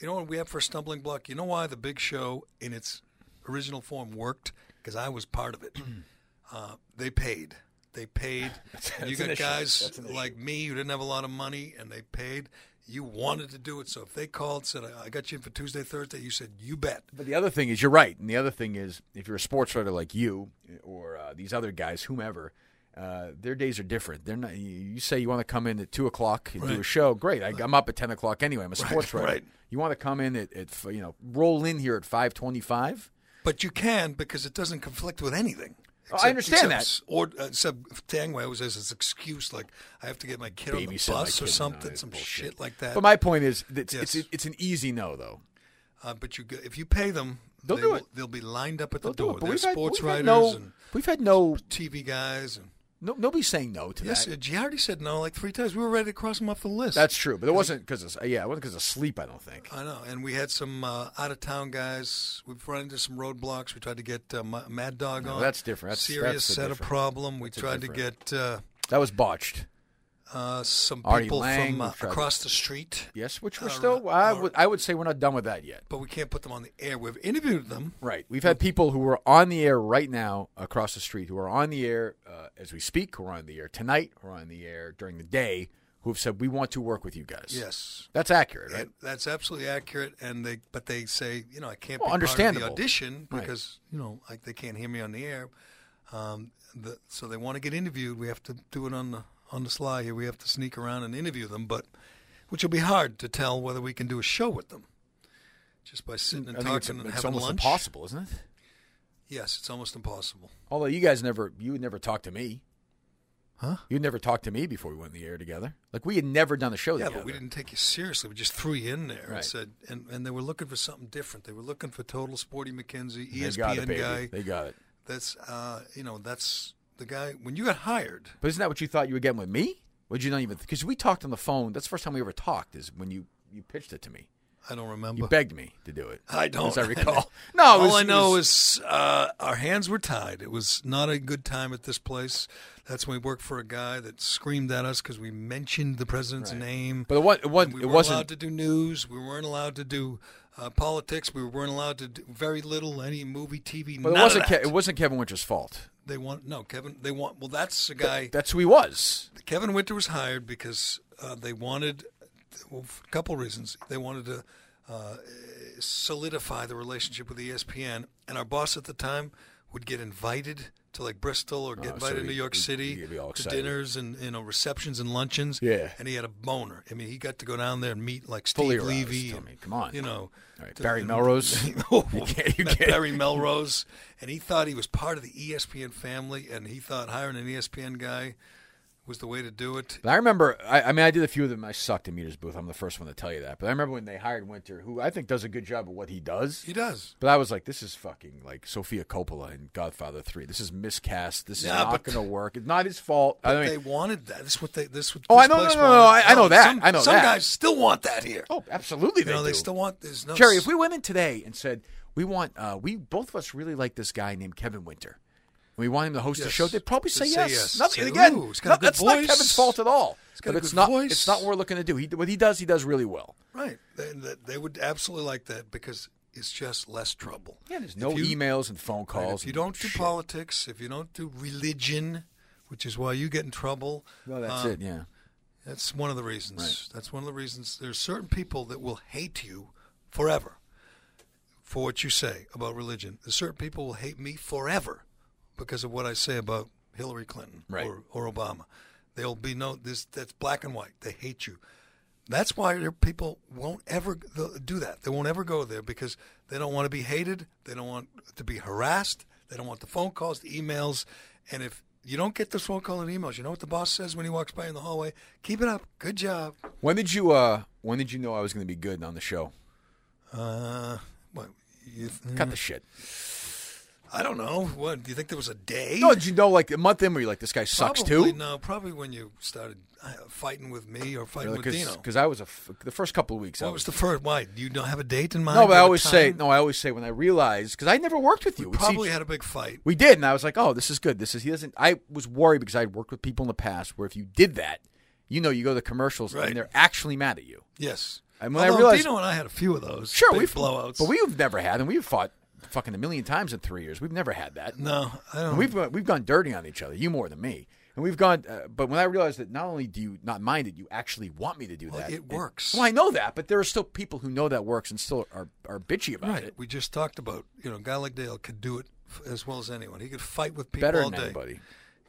[SPEAKER 3] You know what we have for a stumbling block. You know why the Big Show in its original form worked? Because I was part of it. uh, they paid. They paid. And you
[SPEAKER 1] an
[SPEAKER 3] got
[SPEAKER 1] issue.
[SPEAKER 3] guys like me who didn't have a lot of money, and they paid. You wanted to do it, so if they called, said, "I I got you in for Tuesday, Thursday," you said, "You bet."
[SPEAKER 1] But the other thing is, you're right. And the other thing is, if you're a sports writer like you or uh, these other guys, whomever, uh, their days are different. They're not. You, you say you want to come in at two o'clock and do a
[SPEAKER 3] Right.
[SPEAKER 1] show. Great, I, I'm up at ten o'clock anyway. I'm a sports writer.
[SPEAKER 3] right.
[SPEAKER 1] You want to come in at, at f- you know roll in here at five twenty-five.
[SPEAKER 3] But you can because it doesn't conflict with anything.
[SPEAKER 1] Oh, I understand that.
[SPEAKER 3] except, Or uh, except Tangway always has this excuse like I have to get my kid on the
[SPEAKER 1] Babysit my
[SPEAKER 3] bus or
[SPEAKER 1] kid. No,
[SPEAKER 3] something,
[SPEAKER 1] that's
[SPEAKER 3] some
[SPEAKER 1] uh, bullshit.
[SPEAKER 3] shit like that.
[SPEAKER 1] But my point is, that it's,
[SPEAKER 3] Yes.
[SPEAKER 1] it's it's an easy no though.
[SPEAKER 3] uh, but you, go- if you pay them,
[SPEAKER 1] They'll
[SPEAKER 3] they
[SPEAKER 1] do
[SPEAKER 3] will,
[SPEAKER 1] it.
[SPEAKER 3] They'll be lined up at
[SPEAKER 1] They'll
[SPEAKER 3] the
[SPEAKER 1] do
[SPEAKER 3] door.
[SPEAKER 1] it. But
[SPEAKER 3] They're
[SPEAKER 1] we've had,
[SPEAKER 3] sports
[SPEAKER 1] we've had
[SPEAKER 3] writers
[SPEAKER 1] no.
[SPEAKER 3] and
[SPEAKER 1] We've had no.
[SPEAKER 3] TV guys. And
[SPEAKER 1] No. Nobody saying no to
[SPEAKER 3] yes,
[SPEAKER 1] that.
[SPEAKER 3] uh, Giardi said no like three times. We were ready to cross him off the list.
[SPEAKER 1] That's true. But it wasn't because of yeah, it wasn't because of sleep. I don't think.
[SPEAKER 3] I know, and we had some uh, out of town guys. We've run into some roadblocks. We tried to get uh, Ma- Mad Dog
[SPEAKER 1] No,
[SPEAKER 3] on.
[SPEAKER 1] that's different. That's-
[SPEAKER 3] serious
[SPEAKER 1] that's a
[SPEAKER 3] set of
[SPEAKER 1] different-
[SPEAKER 3] problem. We
[SPEAKER 1] that's a
[SPEAKER 3] tried to
[SPEAKER 1] different-
[SPEAKER 3] get. Uh,
[SPEAKER 1] That was botched.
[SPEAKER 3] uh, some
[SPEAKER 1] Artie
[SPEAKER 3] people
[SPEAKER 1] Lang,
[SPEAKER 3] from uh,
[SPEAKER 1] we've tried
[SPEAKER 3] across the street,
[SPEAKER 1] Yes, which we're
[SPEAKER 3] Uh,
[SPEAKER 1] still.
[SPEAKER 3] uh,
[SPEAKER 1] I would I would say we're not done with that yet.
[SPEAKER 3] but we can't put them on the air. We've interviewed them.
[SPEAKER 1] Right. We've had people who are on the air right now across the street who are on the air uh, as we speak, who are on the air tonight, who are on the air during the day, who have said, we want to work with you guys.
[SPEAKER 3] Yes,
[SPEAKER 1] That's accurate, right?
[SPEAKER 3] And that's absolutely accurate. And they, but they say, you know, I can't
[SPEAKER 1] Well,
[SPEAKER 3] be part of the
[SPEAKER 1] understandable.
[SPEAKER 3] audition
[SPEAKER 1] Right.
[SPEAKER 3] because you know like they can't hear me on the air. Um, the, so they want to get interviewed. We have to do it on the on the sly here. We have to sneak around and interview them, but which will be hard to tell whether we can do a show with them just by sitting and
[SPEAKER 1] I think it's,
[SPEAKER 3] talking and
[SPEAKER 1] it's
[SPEAKER 3] having
[SPEAKER 1] almost
[SPEAKER 3] lunch.
[SPEAKER 1] impossible, isn't it?
[SPEAKER 3] Yes, it's almost impossible.
[SPEAKER 1] Although you guys never, you would never talk to me.
[SPEAKER 3] Huh?
[SPEAKER 1] You'd never talk to me before we went in the air together. Like we had never done a show
[SPEAKER 3] Yeah,
[SPEAKER 1] together.
[SPEAKER 3] but we didn't take you seriously. We just threw you in there
[SPEAKER 1] Oh, Right.
[SPEAKER 3] and said, and, and they were looking for something different. They were looking for total sporty McKenzie, E
[SPEAKER 1] They got it,
[SPEAKER 3] ESPN
[SPEAKER 1] baby.
[SPEAKER 3] guy.
[SPEAKER 1] They got it.
[SPEAKER 3] That's uh, you know, that's the guy. When you got hired,
[SPEAKER 1] But isn't that what you thought you were getting with me? Would you not even? Because we talked on the phone. That's the first time we ever talked. Is when you you pitched it to me.
[SPEAKER 3] I don't remember.
[SPEAKER 1] You begged me to do it.
[SPEAKER 3] I don't.
[SPEAKER 1] As I recall. No, it
[SPEAKER 3] no, all
[SPEAKER 1] was-
[SPEAKER 3] I
[SPEAKER 1] it
[SPEAKER 3] know
[SPEAKER 1] was-
[SPEAKER 3] is uh, our hands were tied. It was not a good time at this place. That's when we worked for a guy that screamed at us because we mentioned the president's name.
[SPEAKER 1] But it wa- it wa-
[SPEAKER 3] we
[SPEAKER 1] it
[SPEAKER 3] weren't
[SPEAKER 1] wasn't-
[SPEAKER 3] allowed to do news. We weren't allowed to do uh, politics. We weren't allowed to do very little any movie, TV.
[SPEAKER 1] But it
[SPEAKER 3] none of
[SPEAKER 1] wasn't.
[SPEAKER 3] that.
[SPEAKER 1] Ke- it wasn't Kevin Winter's fault.
[SPEAKER 3] They want no Kevin. They want well. That's the guy.
[SPEAKER 1] That's who he was.
[SPEAKER 3] Kevin Winter was hired because uh, they wanted well, for a couple reasons. They wanted to uh, solidify the relationship with E ESPN, and our boss at the time would get invited to like Bristol or get
[SPEAKER 1] Oh, so
[SPEAKER 3] invited to
[SPEAKER 1] he-
[SPEAKER 3] New York
[SPEAKER 1] he-
[SPEAKER 3] City
[SPEAKER 1] he'd be all
[SPEAKER 3] to
[SPEAKER 1] excited.
[SPEAKER 3] dinners and you know receptions and luncheons.
[SPEAKER 1] Yeah.
[SPEAKER 3] and he had a boner. I mean, he got to go down there and meet like Steve
[SPEAKER 1] Fully aroused,
[SPEAKER 3] Levy.
[SPEAKER 1] tell
[SPEAKER 3] and,
[SPEAKER 1] me. Come on.
[SPEAKER 3] you know.
[SPEAKER 1] All right,
[SPEAKER 3] to-
[SPEAKER 1] Barry
[SPEAKER 3] and-
[SPEAKER 1] Melrose. You
[SPEAKER 3] Oh,
[SPEAKER 1] can't- you
[SPEAKER 3] met
[SPEAKER 1] can't-
[SPEAKER 3] Barry Melrose, E and he thought he was part of the ESPN family, and he thought hiring an ESPN guy was the way to do it.
[SPEAKER 1] But I remember, I, I mean, I did a few of them. I sucked at Meter's Booth. I'm the first one to tell you that. But I remember when they hired Winter, who I think does a good job of what he does.
[SPEAKER 3] He does.
[SPEAKER 1] But I was like, this is fucking like Sofia Coppola in Godfather 3. This is miscast. This is
[SPEAKER 3] Yeah,
[SPEAKER 1] not
[SPEAKER 3] but-
[SPEAKER 1] going to work. It's not his fault. I mean,
[SPEAKER 3] they wanted that. This is what they. This would.
[SPEAKER 1] Oh, I
[SPEAKER 3] this
[SPEAKER 1] know,
[SPEAKER 3] place
[SPEAKER 1] no, no, no,
[SPEAKER 3] wanted.
[SPEAKER 1] I- I know that.
[SPEAKER 3] Some,
[SPEAKER 1] I know
[SPEAKER 3] some
[SPEAKER 1] that.
[SPEAKER 3] guys still want that here.
[SPEAKER 1] oh, absolutely.
[SPEAKER 3] you know, they
[SPEAKER 1] do.
[SPEAKER 3] still want. There's no
[SPEAKER 1] Jerry,
[SPEAKER 3] s-
[SPEAKER 1] if we went in today and said, we want, uh, we both of us really like this guy named Kevin Winter. and We want him to host the
[SPEAKER 3] Yes.
[SPEAKER 1] show. They'd probably say
[SPEAKER 3] They'd say
[SPEAKER 1] yes.
[SPEAKER 3] yes.
[SPEAKER 1] Nothing
[SPEAKER 3] Say,
[SPEAKER 1] again.
[SPEAKER 3] "Ooh, he's got a
[SPEAKER 1] no-
[SPEAKER 3] good
[SPEAKER 1] that's not
[SPEAKER 3] voice.
[SPEAKER 1] Kevin's fault at all.
[SPEAKER 3] He's got
[SPEAKER 1] but
[SPEAKER 3] a
[SPEAKER 1] it's
[SPEAKER 3] good
[SPEAKER 1] not.
[SPEAKER 3] voice."
[SPEAKER 1] It's not what we're looking to do. He, what he does, he does really well.
[SPEAKER 3] right, they, they, they would absolutely like that because it's just less trouble.
[SPEAKER 1] Yeah, there's
[SPEAKER 3] If
[SPEAKER 1] no
[SPEAKER 3] you-
[SPEAKER 1] emails and phone
[SPEAKER 3] right,
[SPEAKER 1] calls.
[SPEAKER 3] if you
[SPEAKER 1] and
[SPEAKER 3] don't do
[SPEAKER 1] shit.
[SPEAKER 3] politics, if you don't do religion, which is why you get in trouble.
[SPEAKER 1] no, that's
[SPEAKER 3] um,
[SPEAKER 1] it. Yeah.
[SPEAKER 3] That's one of the reasons. That's one of the reasons. There's certain people that will hate you forever for what you say about religion. There's certain people will hate me forever because of what I say about Hillary Clinton
[SPEAKER 1] Right.
[SPEAKER 3] or, or Obama. There'll be no this. That's black and white. They hate you. That's why there- people won't ever go- do that. They won't ever go there because they don't want to be hated. They don't want to be harassed. They don't want the phone calls, the emails. And if you don't get those phone calls and emails, you know what the boss says when he walks by in the hallway? Keep it up. Good job.
[SPEAKER 1] When did you? Uh, when did you know I was going to be good on the show?
[SPEAKER 3] Uh, what? You,
[SPEAKER 1] Cut the shit.
[SPEAKER 3] I don't know. What? Do you think there was a day?
[SPEAKER 1] No, did you know like a month in where you like this guy sucks
[SPEAKER 3] probably,
[SPEAKER 1] too?
[SPEAKER 3] No, probably when you started uh, fighting with me or fighting with Dino.
[SPEAKER 1] Because I was a f- the first couple of weeks. I
[SPEAKER 3] What was the first? Why? Do you not have a date in mind?
[SPEAKER 1] no, but I
[SPEAKER 3] Have a
[SPEAKER 1] always say
[SPEAKER 3] time?
[SPEAKER 1] no. I always say when I realized because I never worked with you.
[SPEAKER 3] We
[SPEAKER 1] We'd see
[SPEAKER 3] probably
[SPEAKER 1] each-
[SPEAKER 3] had a big fight.
[SPEAKER 1] we did, and I was like, oh, this is good. This is he doesn't. I was worried because I'd worked with people in the past where if you did that, you know, you go to commercials
[SPEAKER 3] Right.
[SPEAKER 1] and they're actually mad at you.
[SPEAKER 3] Yes.
[SPEAKER 1] And when I
[SPEAKER 3] Although
[SPEAKER 1] realized-
[SPEAKER 3] Dino and I had a few of those.
[SPEAKER 1] Sure,
[SPEAKER 3] big
[SPEAKER 1] we've
[SPEAKER 3] blowouts.
[SPEAKER 1] but we've never had, and we've fought fucking a million times in three years. We've never had that.
[SPEAKER 3] no, I don't.
[SPEAKER 1] And we've gone- we've gone dirty on each other. You more than me. And we've gone. Uh, but when I realized that not only do you not mind it, you actually want me to do
[SPEAKER 3] Well,
[SPEAKER 1] that.
[SPEAKER 3] it works.
[SPEAKER 1] well, I know that, but there are still people who know that works and still are are bitchy about
[SPEAKER 3] right.
[SPEAKER 1] it.
[SPEAKER 3] We just talked about you know, a guy like Dale could do it f- as well as anyone. He could fight with people
[SPEAKER 1] Better
[SPEAKER 3] all
[SPEAKER 1] than
[SPEAKER 3] day
[SPEAKER 1] anybody.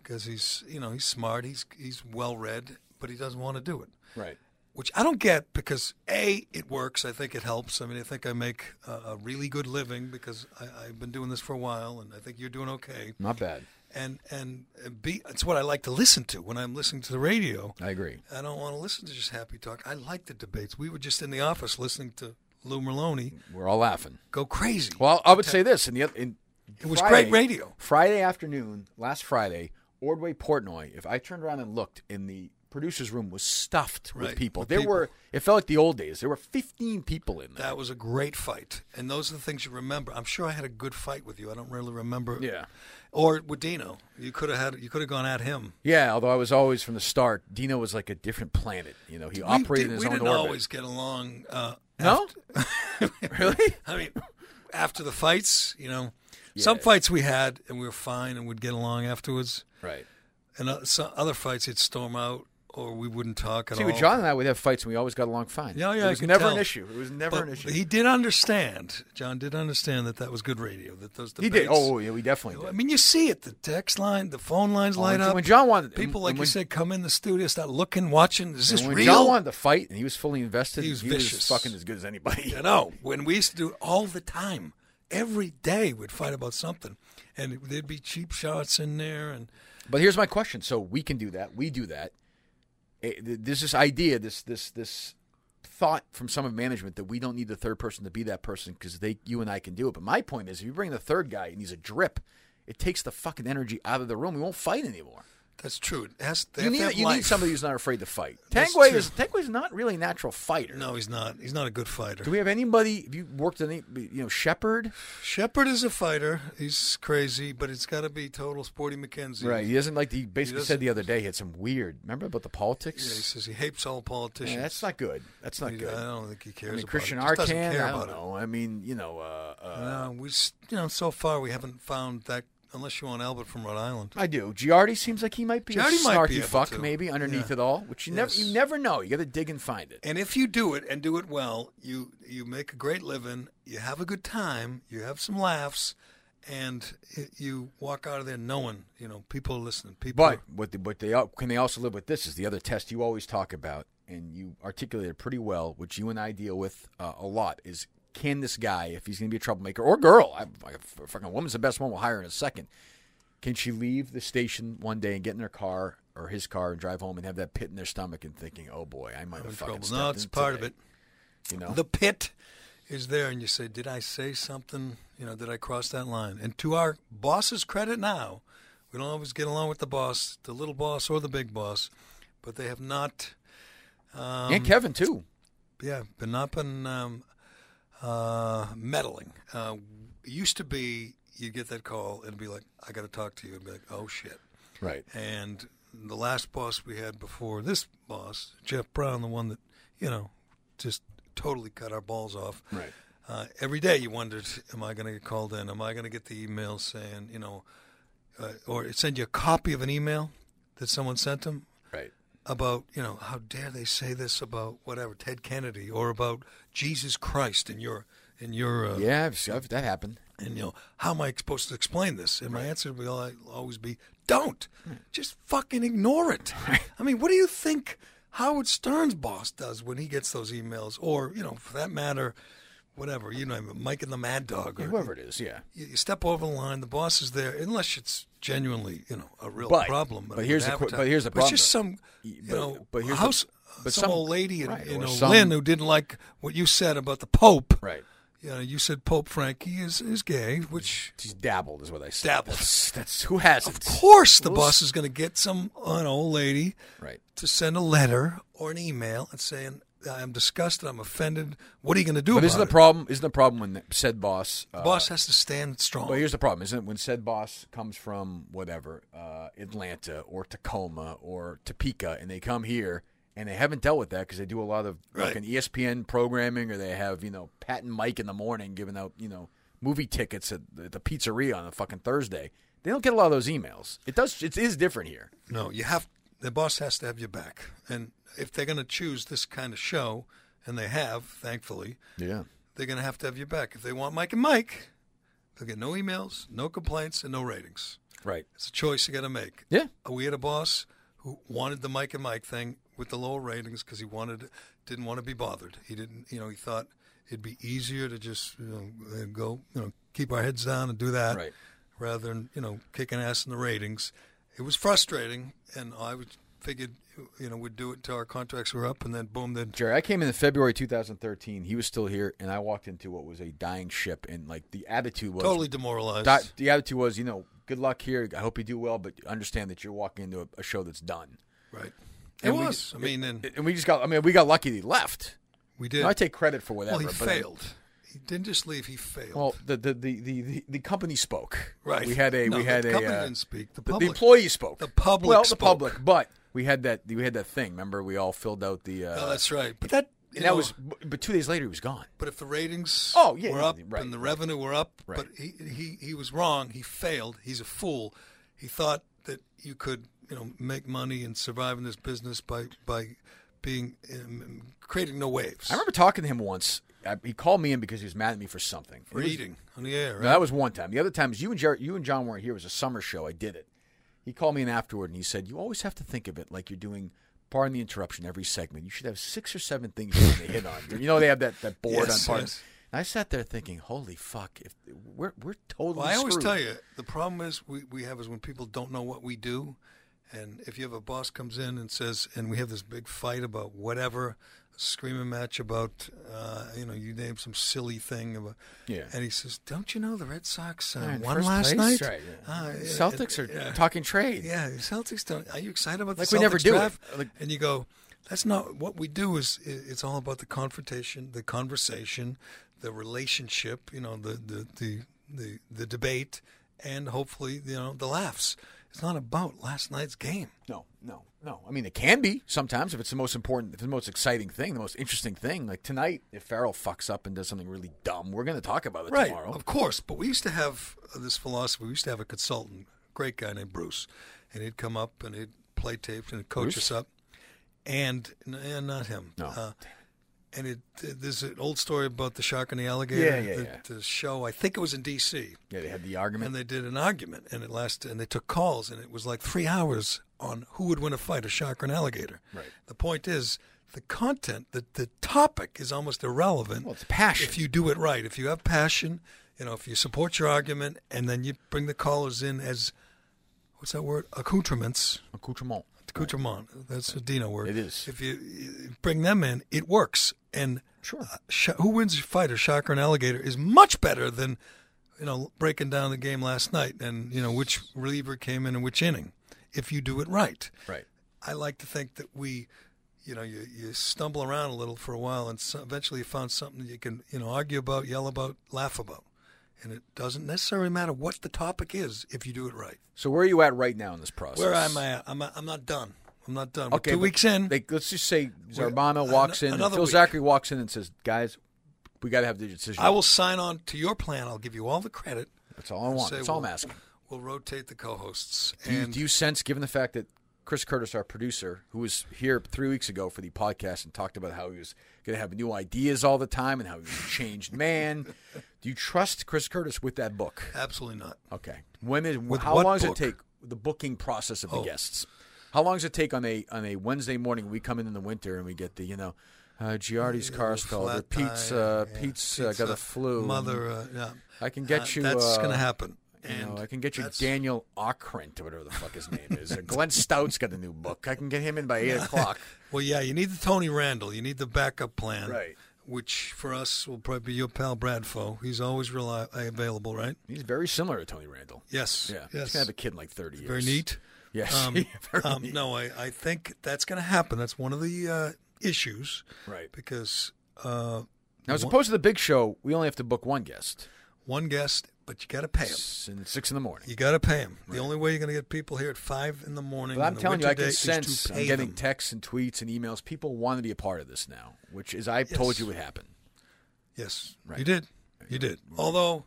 [SPEAKER 3] because he's you know he's smart. He's he's well read, but he doesn't want to do it.
[SPEAKER 1] Right.
[SPEAKER 3] which I don't get because a it works. I think it helps. I mean, I think I make a, a really good living because I, I've been doing this for a while, and I think you're doing okay.
[SPEAKER 1] Not bad.
[SPEAKER 3] And and and b it's what I like to listen to when I'm listening to the radio.
[SPEAKER 1] I agree.
[SPEAKER 3] I don't want to listen to just happy talk. I like the debates. We were just in the office listening to Lou Maloney
[SPEAKER 1] We're all laughing.
[SPEAKER 3] go crazy.
[SPEAKER 1] Well, I would say this, and the oth- in
[SPEAKER 3] It was
[SPEAKER 1] Friday-
[SPEAKER 3] great radio.
[SPEAKER 1] Friday afternoon, last Friday, Ordway Portnoy. If I turned around and looked in the producer's room, was stuffed with
[SPEAKER 3] Right,
[SPEAKER 1] people.
[SPEAKER 3] with
[SPEAKER 1] there
[SPEAKER 3] people.
[SPEAKER 1] were. It felt like the old days. There were fifteen people in there.
[SPEAKER 3] That was a great fight, and those are the things you remember. I'm sure I had a good fight with you. I don't really remember.
[SPEAKER 1] Yeah.
[SPEAKER 3] Or with Dino, you could have had you could have gone at him.
[SPEAKER 1] Yeah, although I was always from the start, Dino was like a different planet. You know, he operated
[SPEAKER 3] we, did,
[SPEAKER 1] in his
[SPEAKER 3] we
[SPEAKER 1] own
[SPEAKER 3] didn't
[SPEAKER 1] orbit.
[SPEAKER 3] always get along. Uh,
[SPEAKER 1] no, really?
[SPEAKER 3] I mean, after the fights, you know, some fights we had and we were fine and we'd get along afterwards.
[SPEAKER 1] Right.
[SPEAKER 3] And uh, some other fights, it'd storm out or we wouldn't talk at
[SPEAKER 1] See,
[SPEAKER 3] all.
[SPEAKER 1] with John and I, we'd have fights, and we always got along fine.
[SPEAKER 3] Yeah, yeah,
[SPEAKER 1] It
[SPEAKER 3] I
[SPEAKER 1] was
[SPEAKER 3] could
[SPEAKER 1] never an
[SPEAKER 3] tell.
[SPEAKER 1] issue. It was never
[SPEAKER 3] but
[SPEAKER 1] an issue.
[SPEAKER 3] He did understand. John did understand that that was good radio. That those
[SPEAKER 1] He did.
[SPEAKER 3] debates.
[SPEAKER 1] Oh, yeah, we definitely
[SPEAKER 3] I
[SPEAKER 1] did.
[SPEAKER 3] mean, you see it. The text line, the phone lines
[SPEAKER 1] Oh,
[SPEAKER 3] light
[SPEAKER 1] when-
[SPEAKER 3] up.
[SPEAKER 1] when John wanted-
[SPEAKER 3] people,
[SPEAKER 1] and-
[SPEAKER 3] like
[SPEAKER 1] and
[SPEAKER 3] you
[SPEAKER 1] when-
[SPEAKER 3] said, come in the studio, start looking, watching. Is this
[SPEAKER 1] And when
[SPEAKER 3] real?
[SPEAKER 1] John wanted to fight, and he was fully invested.
[SPEAKER 3] He was vicious.
[SPEAKER 1] fucking as good as anybody.
[SPEAKER 3] You know, when we used to do it all the time, every day we'd fight about something, and it- there'd be cheap shots in there, and
[SPEAKER 1] But here's my question: So we can do that. We do that. Eh, th- There's this idea, this this this thought from some of management that we don't need the third person to be that person because they, you and I, can do it. But my point is, if you bring the third guy and he's a drip, it takes the fucking energy out of the room. We won't fight anymore.
[SPEAKER 3] that's true. It has, they
[SPEAKER 1] You
[SPEAKER 3] have to
[SPEAKER 1] need
[SPEAKER 3] have
[SPEAKER 1] you
[SPEAKER 3] life.
[SPEAKER 1] need somebody who's not afraid to fight.
[SPEAKER 3] That's
[SPEAKER 1] Tanguay is
[SPEAKER 3] true.
[SPEAKER 1] Tanguay's not really a natural fighter.
[SPEAKER 3] No, he's not. He's not a good fighter.
[SPEAKER 1] Do we have anybody? Have you worked with any? You know, Shepard.
[SPEAKER 3] Shepard is a fighter. He's crazy, but it's got to be total Sporty McKenzie.
[SPEAKER 1] Right. He doesn't like. He basically said
[SPEAKER 3] doesn't-
[SPEAKER 1] the other day he had some weird. Remember about the
[SPEAKER 3] Yeah, he
[SPEAKER 1] politics?
[SPEAKER 3] says he hates all politicians.
[SPEAKER 1] Yeah, that's not good. That's not
[SPEAKER 3] He-
[SPEAKER 1] good.
[SPEAKER 3] I don't think he cares.
[SPEAKER 1] I mean,
[SPEAKER 3] about
[SPEAKER 1] Christian
[SPEAKER 3] it. Just doesn't
[SPEAKER 1] Arcan.
[SPEAKER 3] care
[SPEAKER 1] I don't
[SPEAKER 3] about it.
[SPEAKER 1] know. I mean, you know, uh, uh,
[SPEAKER 3] No, we, s- you know, so far we haven't found that unless you want Albert from Rhode Island.
[SPEAKER 1] I do. Giardi seems like he might be a
[SPEAKER 3] Giardi might
[SPEAKER 1] snarky
[SPEAKER 3] be able
[SPEAKER 1] fuck,
[SPEAKER 3] to.
[SPEAKER 1] maybe underneath
[SPEAKER 3] Yeah.
[SPEAKER 1] it all, which you
[SPEAKER 3] Yes.
[SPEAKER 1] never you never know. You got to dig and find it.
[SPEAKER 3] And if you do it and do it well, you you make a great living, you have a good time, you have some laughs, and it, you walk out of there knowing you know people are listening. People,
[SPEAKER 1] But
[SPEAKER 3] are-
[SPEAKER 1] what the, what they al- can they also live with this is the other test you always talk about, and you articulate it pretty well, which you and I deal with uh, a lot. Is can this guy, if he's going to be a troublemaker or girl, I, I, fucking woman's the best one we'll hire in a second. Can she leave the station one day and get in her car or his car and drive home and have that pit in their stomach and thinking, "Oh boy, I might
[SPEAKER 3] I'm in
[SPEAKER 1] have fucking
[SPEAKER 3] trouble. No,
[SPEAKER 1] stepped
[SPEAKER 3] it's
[SPEAKER 1] in
[SPEAKER 3] part
[SPEAKER 1] today,"
[SPEAKER 3] of it.
[SPEAKER 1] You know,
[SPEAKER 3] The pit is there, and you say, "Did I say something? You know, did I cross that line?" And to our boss's credit, now we don't always get along with the boss, the little boss or the big boss, but they have not, um,
[SPEAKER 1] and Kevin too.
[SPEAKER 3] yeah, been not been um, uh, meddling. Uh, it used to be you get that call and be like, "I got to talk to you," and be like, "Oh shit."
[SPEAKER 1] Right.
[SPEAKER 3] And the last boss we had before this boss, Jeff Brown, the one that, you know, just totally cut our balls off.
[SPEAKER 1] Right.
[SPEAKER 3] Uh, every day you wondered, am I going to get called in? Am I going to get the email saying, you know, uh, or send you a copy of an email that someone sent them
[SPEAKER 1] Right.
[SPEAKER 3] about, you know, how dare they say this about whatever Ted Kennedy or about Jesus Christ in your in your uh,
[SPEAKER 1] Yeah, I've, I've, that happened.
[SPEAKER 3] and you know, how am I supposed to explain this? And my answer will al- always be, don't. Just fucking ignore it. I mean, what do you think Howard Stern's boss does when he gets those emails, or you know, for that matter, whatever you know, Mike and the Mad Dog, or
[SPEAKER 1] Whoever it is, yeah.
[SPEAKER 3] you, you step over the line, the boss is there, unless it's genuinely you know a real
[SPEAKER 1] But-
[SPEAKER 3] problem.
[SPEAKER 1] but here's the
[SPEAKER 3] an
[SPEAKER 1] que-
[SPEAKER 3] adverti-
[SPEAKER 1] but here's the
[SPEAKER 3] It's just some you
[SPEAKER 1] but-
[SPEAKER 3] know,
[SPEAKER 1] but here's the-
[SPEAKER 3] house,
[SPEAKER 1] but
[SPEAKER 3] some,
[SPEAKER 1] some-
[SPEAKER 3] old lady in,
[SPEAKER 1] right,
[SPEAKER 3] in
[SPEAKER 1] or
[SPEAKER 3] Lynn
[SPEAKER 1] some-
[SPEAKER 3] who didn't like what you said about the Pope.
[SPEAKER 1] Right.
[SPEAKER 3] You know, you said Pope Frankie is, is gay, which
[SPEAKER 1] She's dabbled, is what I said.
[SPEAKER 3] Dabbled.
[SPEAKER 1] That's, that's who hasn't.
[SPEAKER 3] of course the
[SPEAKER 1] Well,
[SPEAKER 3] boss is going to get some an old lady
[SPEAKER 1] Right.
[SPEAKER 3] to send a letter or an email and saying I'm disgusted, I'm offended. What are you going to do
[SPEAKER 1] But
[SPEAKER 3] about
[SPEAKER 1] isn't the
[SPEAKER 3] it?
[SPEAKER 1] problem? Isn't the problem when said boss? Uh,
[SPEAKER 3] The boss has to stand strong.
[SPEAKER 1] Well, here's the problem, isn't it? When said boss comes from whatever uh, Atlanta or Tacoma or Topeka, and they come here and they haven't dealt with that because they do a lot of E
[SPEAKER 3] Right.
[SPEAKER 1] fucking ESPN programming, or they have you know Pat and Mike in the morning giving out you know movie tickets at the, the pizzeria on a fucking Thursday. They don't get a lot of those emails. It does. It is different here.
[SPEAKER 3] No, you have the boss has to have your back, and if they're going to choose this kind of show, and they have, thankfully,
[SPEAKER 1] Yeah.
[SPEAKER 3] they're going to have to have your back. If they want Mike and Mike, they'll get no emails, no complaints, and no ratings.
[SPEAKER 1] Right.
[SPEAKER 3] It's a choice you got to make.
[SPEAKER 1] Yeah.
[SPEAKER 3] Uh, We had a boss who wanted the Mike and Mike thing with the lower ratings because he wanted didn't want to be bothered. He didn't, you know, he thought it'd be easier to just you know, uh, go, you know, keep our heads down and do that
[SPEAKER 1] Right.
[SPEAKER 3] rather than you know kicking ass in the ratings. It was frustrating, and I was figured you know we'd do it until our contracts were up, and then boom, then
[SPEAKER 1] Jerry, I came in in February 2013. He was still here, and I walked into what was a dying ship, and like the attitude was
[SPEAKER 3] totally demoralized.
[SPEAKER 1] Di- the attitude was, you know, good luck here. I hope you do well, but understand that you're walking into a, a show that's done.
[SPEAKER 3] right. It
[SPEAKER 1] And we-
[SPEAKER 3] was. I mean, and
[SPEAKER 1] And we just got, I mean, we got lucky that he left.
[SPEAKER 3] we did.
[SPEAKER 1] And I take credit for whatever.
[SPEAKER 3] well, he
[SPEAKER 1] but- uh,
[SPEAKER 3] failed. He didn't just leave. He failed.
[SPEAKER 1] Well, the the, the, the, the the company spoke.
[SPEAKER 3] Right.
[SPEAKER 1] We had a
[SPEAKER 3] No,
[SPEAKER 1] we
[SPEAKER 3] the
[SPEAKER 1] had a
[SPEAKER 3] company
[SPEAKER 1] uh,
[SPEAKER 3] didn't speak. The
[SPEAKER 1] the-
[SPEAKER 3] public-
[SPEAKER 1] employees spoke.
[SPEAKER 3] the public
[SPEAKER 1] Well,
[SPEAKER 3] spoke.
[SPEAKER 1] the public, but we had that we had that thing. Remember, we all filled out the. Uh,
[SPEAKER 3] oh, that's right. But that you
[SPEAKER 1] and that
[SPEAKER 3] know,
[SPEAKER 1] was, but two days later he was gone.
[SPEAKER 3] But if the ratings
[SPEAKER 1] Oh, yeah,
[SPEAKER 3] were
[SPEAKER 1] yeah,
[SPEAKER 3] up
[SPEAKER 1] right,
[SPEAKER 3] and the
[SPEAKER 1] right.
[SPEAKER 3] revenue were up,
[SPEAKER 1] Right.
[SPEAKER 3] but he, he he was wrong. He failed. He's a fool. He thought that you could you know make money and survive in this business by by being um, creating no waves.
[SPEAKER 1] I remember talking to him once. I, he called me in because he was mad at me for something.
[SPEAKER 3] for
[SPEAKER 1] He was-
[SPEAKER 3] eating on the air.
[SPEAKER 1] No,
[SPEAKER 3] Oh, Right?
[SPEAKER 1] that was one time. The other time is you and Jerry, you and John weren't here. It was a summer show. I did it. He called me in afterward and he said, "You always have to think of it like you're doing." Pardon the interruption. Every segment, you should have six or seven things you want to hit on. You know they have that, that board
[SPEAKER 3] Yes,
[SPEAKER 1] on pardon.
[SPEAKER 3] yes.
[SPEAKER 1] And I sat there thinking, "Holy fuck! If we're we're totally."
[SPEAKER 3] Well, I always
[SPEAKER 1] screwed.
[SPEAKER 3] tell you the problem is we, we have is when people don't know what we do, and if you have a boss comes in and says, and we have this big fight about whatever, screaming match about, uh, you know, you name some silly thing about,
[SPEAKER 1] Yeah.
[SPEAKER 3] and he says, don't you know the Red Sox
[SPEAKER 1] They're
[SPEAKER 3] uh,
[SPEAKER 1] in
[SPEAKER 3] won
[SPEAKER 1] first
[SPEAKER 3] last
[SPEAKER 1] place?
[SPEAKER 3] night?
[SPEAKER 1] Right, yeah.
[SPEAKER 3] Uh, yeah,
[SPEAKER 1] Celtics are
[SPEAKER 3] yeah.
[SPEAKER 1] talking trade.
[SPEAKER 3] Yeah, the Celtics don't. Are you excited about
[SPEAKER 1] Like
[SPEAKER 3] the
[SPEAKER 1] we
[SPEAKER 3] Celtics
[SPEAKER 1] never do it.
[SPEAKER 3] draft?
[SPEAKER 1] Like-
[SPEAKER 3] and you go, that's not what we do. Is i- it's all about the confrontation, the conversation, the relationship. You know, the the the the, the debate, and hopefully, you know, the laughs. It's not about last night's game.
[SPEAKER 1] No, no, no. I mean, it can be sometimes if it's the most important, if it's the most exciting thing, the most interesting thing. Like tonight, if Farrell fucks up and does something really dumb, we're going to talk about it tomorrow.
[SPEAKER 3] Of course. But we used to have uh, this philosophy. We used to have a consultant, great guy named Bruce, and he'd come up and he'd play tapes and he'd coach
[SPEAKER 1] Bruce?
[SPEAKER 3] us up. And, and not him.
[SPEAKER 1] No.
[SPEAKER 3] Uh, and it, there's an old story about the shark and the alligator.
[SPEAKER 1] Yeah, yeah,
[SPEAKER 3] the,
[SPEAKER 1] yeah.
[SPEAKER 3] the show, I think it was in D.C.
[SPEAKER 1] yeah, they had the argument.
[SPEAKER 3] And they did an argument, and it lasted, and they took calls, and it was like three hours on who would win a fight, a shark or an alligator.
[SPEAKER 1] Right.
[SPEAKER 3] The point is, the content, the, the topic is almost irrelevant.
[SPEAKER 1] Well, it's passion.
[SPEAKER 3] If you do it right, if you have passion, you know, if you support your argument, and then you bring the callers in as what's that word? Accoutrements.
[SPEAKER 1] Accoutrement.
[SPEAKER 3] Accoutrement. That's a Dino word.
[SPEAKER 1] It is.
[SPEAKER 3] If you- you bring them in, it works. And
[SPEAKER 1] Sure.
[SPEAKER 3] uh, Sha who wins fighter, Shocker and Alligator, is much better than you know breaking down the game last night and you know which reliever came in and which inning. If you do it right,
[SPEAKER 1] Right.
[SPEAKER 3] I like to think that we, you know, you, you stumble around a little for a while, and so eventually you found something that you can, you know, argue about, yell about, laugh about, and it doesn't necessarily matter what the topic is if you do it right.
[SPEAKER 1] So where are you at right now in this process?
[SPEAKER 3] Where am I? At? I'm I'm not done. I'm not done. We're
[SPEAKER 1] Okay,
[SPEAKER 3] two
[SPEAKER 1] but
[SPEAKER 3] weeks in.
[SPEAKER 1] They, let's just say
[SPEAKER 3] We're-
[SPEAKER 1] Zarbano
[SPEAKER 3] an-
[SPEAKER 1] walks in. and
[SPEAKER 3] another
[SPEAKER 1] Phil
[SPEAKER 3] week.
[SPEAKER 1] Zachary walks in and says, "Guys, we got to have the decision.
[SPEAKER 3] I will sign on to your plan. I'll give you all the credit.
[SPEAKER 1] That's all I want.
[SPEAKER 3] Say
[SPEAKER 1] That's all I'm
[SPEAKER 3] we'll-
[SPEAKER 1] asking.
[SPEAKER 3] We'll rotate the co-hosts.
[SPEAKER 1] Do you,
[SPEAKER 3] and
[SPEAKER 1] do you sense, given the fact that Chris Curtis, our producer, who was here three weeks ago for the podcast and talked about how he was going to have new ideas all the time and how he was a changed man, do you trust Chris Curtis with that book?
[SPEAKER 3] absolutely not.
[SPEAKER 1] Okay. When is
[SPEAKER 3] With
[SPEAKER 1] how
[SPEAKER 3] what
[SPEAKER 1] long does it
[SPEAKER 3] book?
[SPEAKER 1] take the booking process of the
[SPEAKER 3] Oh.
[SPEAKER 1] guests? How long does it take on a on a Wednesday morning? We come in in the winter and we get the you know. Uh, Giardi's
[SPEAKER 3] Yeah,
[SPEAKER 1] car
[SPEAKER 3] the
[SPEAKER 1] stalled. Or
[SPEAKER 3] flat
[SPEAKER 1] Pete's,
[SPEAKER 3] tire,
[SPEAKER 1] uh,
[SPEAKER 3] yeah,
[SPEAKER 1] Pete's uh, got
[SPEAKER 3] pizza,
[SPEAKER 1] a flu. and,
[SPEAKER 3] Mother, uh, yeah.
[SPEAKER 1] I can get
[SPEAKER 3] Uh,
[SPEAKER 1] you,
[SPEAKER 3] That's
[SPEAKER 1] uh,
[SPEAKER 3] going to happen. And
[SPEAKER 1] you know, I can get you
[SPEAKER 3] that's-
[SPEAKER 1] Daniel Ockrent or whatever the fuck his name is. Or Glenn Stout's got a new book. I can get him in by eight o'clock.
[SPEAKER 3] Well, yeah, you need the Tony Randall. You need the backup plan.
[SPEAKER 1] Right.
[SPEAKER 3] Which for us will probably be your pal Bradfo. He's always reli- available, right?
[SPEAKER 1] He's very similar to Tony Randall.
[SPEAKER 3] Yes.
[SPEAKER 1] Yeah, he's
[SPEAKER 3] Yes.
[SPEAKER 1] gonna have a kid in like thirty years.
[SPEAKER 3] Very neat.
[SPEAKER 1] Yes.
[SPEAKER 3] Um,
[SPEAKER 1] Very
[SPEAKER 3] um,
[SPEAKER 1] neat.
[SPEAKER 3] No, I, I think that's going to happen. That's one of the uh, issues
[SPEAKER 1] Right
[SPEAKER 3] because uh,
[SPEAKER 1] now, as
[SPEAKER 3] one-
[SPEAKER 1] opposed to the big show, we only have to book one guest,
[SPEAKER 3] one guest, but you got to pay him.
[SPEAKER 1] and it's six in the morning.
[SPEAKER 3] You got to pay him. The only way you're going to get people here at five in the morning.
[SPEAKER 1] But
[SPEAKER 3] on
[SPEAKER 1] I'm
[SPEAKER 3] the
[SPEAKER 1] telling you,
[SPEAKER 3] winter
[SPEAKER 1] I can
[SPEAKER 3] day is
[SPEAKER 1] sense
[SPEAKER 3] to
[SPEAKER 1] I'm
[SPEAKER 3] pay
[SPEAKER 1] getting
[SPEAKER 3] them.
[SPEAKER 1] texts and tweets and emails. People want to be a part of this now, which is I told
[SPEAKER 3] Yes.
[SPEAKER 1] you would happen.
[SPEAKER 3] Yes,
[SPEAKER 1] Right.
[SPEAKER 3] you did. You did. Although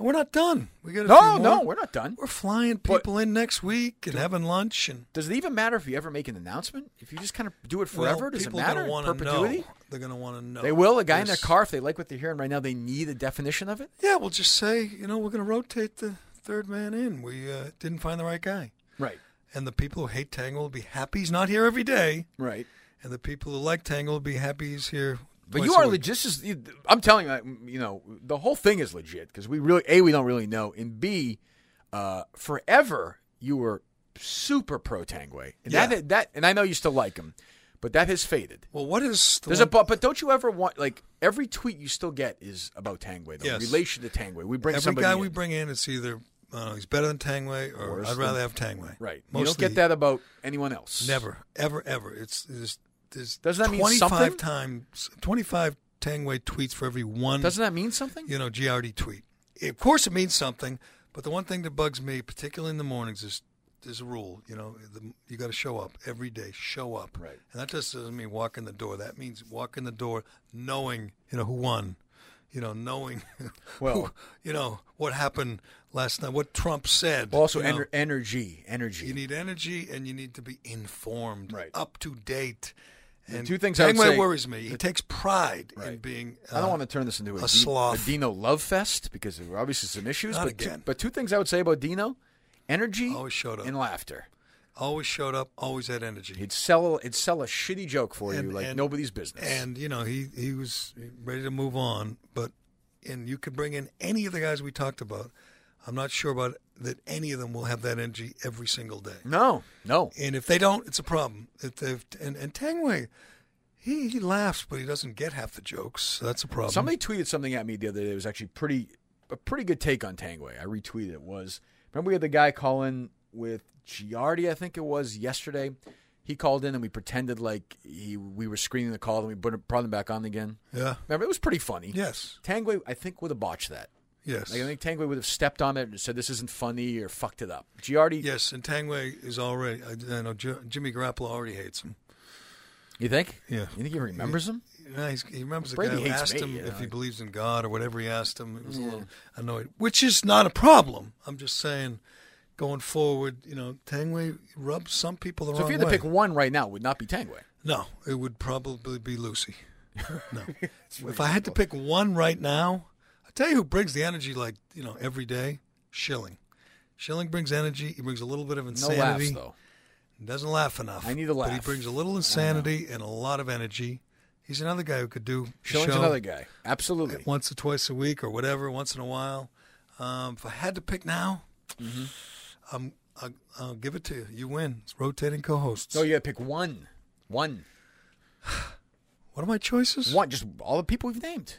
[SPEAKER 3] we're not done. We got a
[SPEAKER 1] No,
[SPEAKER 3] few more.
[SPEAKER 1] no, we're not done.
[SPEAKER 3] We're flying people in next week and having lunch and
[SPEAKER 1] Does it even matter if you ever make an announcement? If you just kind of do it forever,
[SPEAKER 3] Well,
[SPEAKER 1] does it
[SPEAKER 3] people are
[SPEAKER 1] matter?
[SPEAKER 3] gonna
[SPEAKER 1] in
[SPEAKER 3] wanna
[SPEAKER 1] Perpetuity.
[SPEAKER 3] Know. They're going to want to know.
[SPEAKER 1] They will. A guy in their
[SPEAKER 3] There's-
[SPEAKER 1] car, if they like what they're hearing right now, they need a definition of it.
[SPEAKER 3] Yeah, we'll just say you know we're going to rotate the third man in. We uh, didn't find the right guy,
[SPEAKER 1] Right.
[SPEAKER 3] and the people who hate Tangle will be happy he's not here every day,
[SPEAKER 1] Right.
[SPEAKER 3] and the people who like Tangle will be happy he's here.
[SPEAKER 1] But
[SPEAKER 3] twice
[SPEAKER 1] you
[SPEAKER 3] a
[SPEAKER 1] are
[SPEAKER 3] week.
[SPEAKER 1] legit. Just, you- I'm telling you, like, you know, the whole thing is legit because we really a we don't really know, and b, uh, forever you were super pro Tangway, and
[SPEAKER 3] Yeah.
[SPEAKER 1] that that, and I know you still like him, but that has faded.
[SPEAKER 3] Well, what is the
[SPEAKER 1] There's a
[SPEAKER 3] one-
[SPEAKER 1] but, but don't you ever want like every tweet you still get is about Tangway, the
[SPEAKER 3] Yes.
[SPEAKER 1] relation to Tangway. We bring
[SPEAKER 3] every
[SPEAKER 1] somebody
[SPEAKER 3] guy
[SPEAKER 1] in.
[SPEAKER 3] we bring in? It's either uh, he's better than Tangway, or
[SPEAKER 1] Worse
[SPEAKER 3] I'd
[SPEAKER 1] than-
[SPEAKER 3] rather have Tangway.
[SPEAKER 1] right.
[SPEAKER 3] Mostly,
[SPEAKER 1] you don't get that about anyone else.
[SPEAKER 3] Never, ever, ever. It's there's, there's
[SPEAKER 1] Doesn't that mean
[SPEAKER 3] 25
[SPEAKER 1] something?
[SPEAKER 3] times 25 Tangway tweets for every one
[SPEAKER 1] Doesn't that mean something?
[SPEAKER 3] you know Giardi tweet. Of course, it means something, but the one thing that bugs me, particularly in the mornings, is there's a rule. You know, the, you got to show up every day. Show up,
[SPEAKER 1] Right.
[SPEAKER 3] And that just doesn't mean walk in the door. That means walk in the door, knowing you know who won. You know, knowing
[SPEAKER 1] Well-
[SPEAKER 3] who, you know what happened last night, what Trump said.
[SPEAKER 1] Well, also
[SPEAKER 3] you know.
[SPEAKER 1] ener- energy, energy.
[SPEAKER 3] You need energy and you need to be informed,
[SPEAKER 1] Right.
[SPEAKER 3] up to date. And
[SPEAKER 1] two things I would
[SPEAKER 3] Tangway
[SPEAKER 1] say-
[SPEAKER 3] worries me. He takes pride in
[SPEAKER 1] Right.
[SPEAKER 3] being.
[SPEAKER 1] I don't
[SPEAKER 3] uh,
[SPEAKER 1] want to turn this into a,
[SPEAKER 3] a
[SPEAKER 1] Di-
[SPEAKER 3] sloth.
[SPEAKER 1] Dino love fest because there were obviously some issues.
[SPEAKER 3] Not
[SPEAKER 1] but, two-
[SPEAKER 3] again.
[SPEAKER 1] but two things I would say about Dino: energy
[SPEAKER 3] Always showed up.
[SPEAKER 1] and laughter.
[SPEAKER 3] Always showed up. Always had energy.
[SPEAKER 1] He'd sell, it'd sell a shitty joke for you
[SPEAKER 3] And-
[SPEAKER 1] like
[SPEAKER 3] and-
[SPEAKER 1] nobody's business.
[SPEAKER 3] And you know he he was ready to move on, but and you could bring in any of the guys we talked about. I'm not sure about that any of them will have that energy every single day.
[SPEAKER 1] no, no,
[SPEAKER 3] And if they don't, it's a problem. If they've and and Tangway, he he laughs, but he doesn't get half the jokes. So that's a problem.
[SPEAKER 1] Somebody tweeted something at me the other day. It was actually pretty a pretty good take on Tangway. I retweeted it. Was remember we had the guy call in with Giardi, I think it was yesterday. He called in and we pretended like he we were screening the call and we put him- brought him back on again.
[SPEAKER 3] yeah,
[SPEAKER 1] Remember, it was pretty funny.
[SPEAKER 3] yes,
[SPEAKER 1] Tangway, I think would have botched that.
[SPEAKER 3] yes,
[SPEAKER 1] Like, I think Tangway would have stepped on it and said this isn't funny or fucked it up. Giardi,
[SPEAKER 3] yes. And Tangway is already. I, I know J- Jimmy Garoppolo already hates him.
[SPEAKER 1] you think?
[SPEAKER 3] Yeah.
[SPEAKER 1] You think he remembers him?
[SPEAKER 3] Yeah, he's, he remembers the
[SPEAKER 1] Brady
[SPEAKER 3] guy who
[SPEAKER 1] hates
[SPEAKER 3] asked
[SPEAKER 1] me,
[SPEAKER 3] him
[SPEAKER 1] you
[SPEAKER 3] if
[SPEAKER 1] know.
[SPEAKER 3] he believes in God or whatever he asked him. It was a little annoyed, which is not a problem. I'm just saying, going forward, you know, Tangway rubs some people the
[SPEAKER 1] So
[SPEAKER 3] wrong
[SPEAKER 1] if you had to
[SPEAKER 3] way.
[SPEAKER 1] pick one right now, it would not be Tangway.
[SPEAKER 3] no, it would probably be Lucy. No, if I had to pick one right now, I tell you who brings the energy like you know every day, Schilling. Schilling brings energy. He brings a little bit of
[SPEAKER 1] No
[SPEAKER 3] insanity.
[SPEAKER 1] laughs though.
[SPEAKER 3] Doesn't laugh enough.
[SPEAKER 1] I need to
[SPEAKER 3] But he
[SPEAKER 1] laugh.
[SPEAKER 3] brings a little insanity and a lot of energy. He's another guy who could do a
[SPEAKER 1] Shilling's
[SPEAKER 3] show
[SPEAKER 1] another guy. Absolutely.
[SPEAKER 3] once or twice a
[SPEAKER 1] Mm-hmm.
[SPEAKER 3] week or whatever, once in a while. Um, if I had to pick now, I'll, I'll give it to you. You win. It's rotating co-hosts.
[SPEAKER 1] So you got to pick one, one,
[SPEAKER 3] What are my choices?
[SPEAKER 1] one. Just all the people we've named,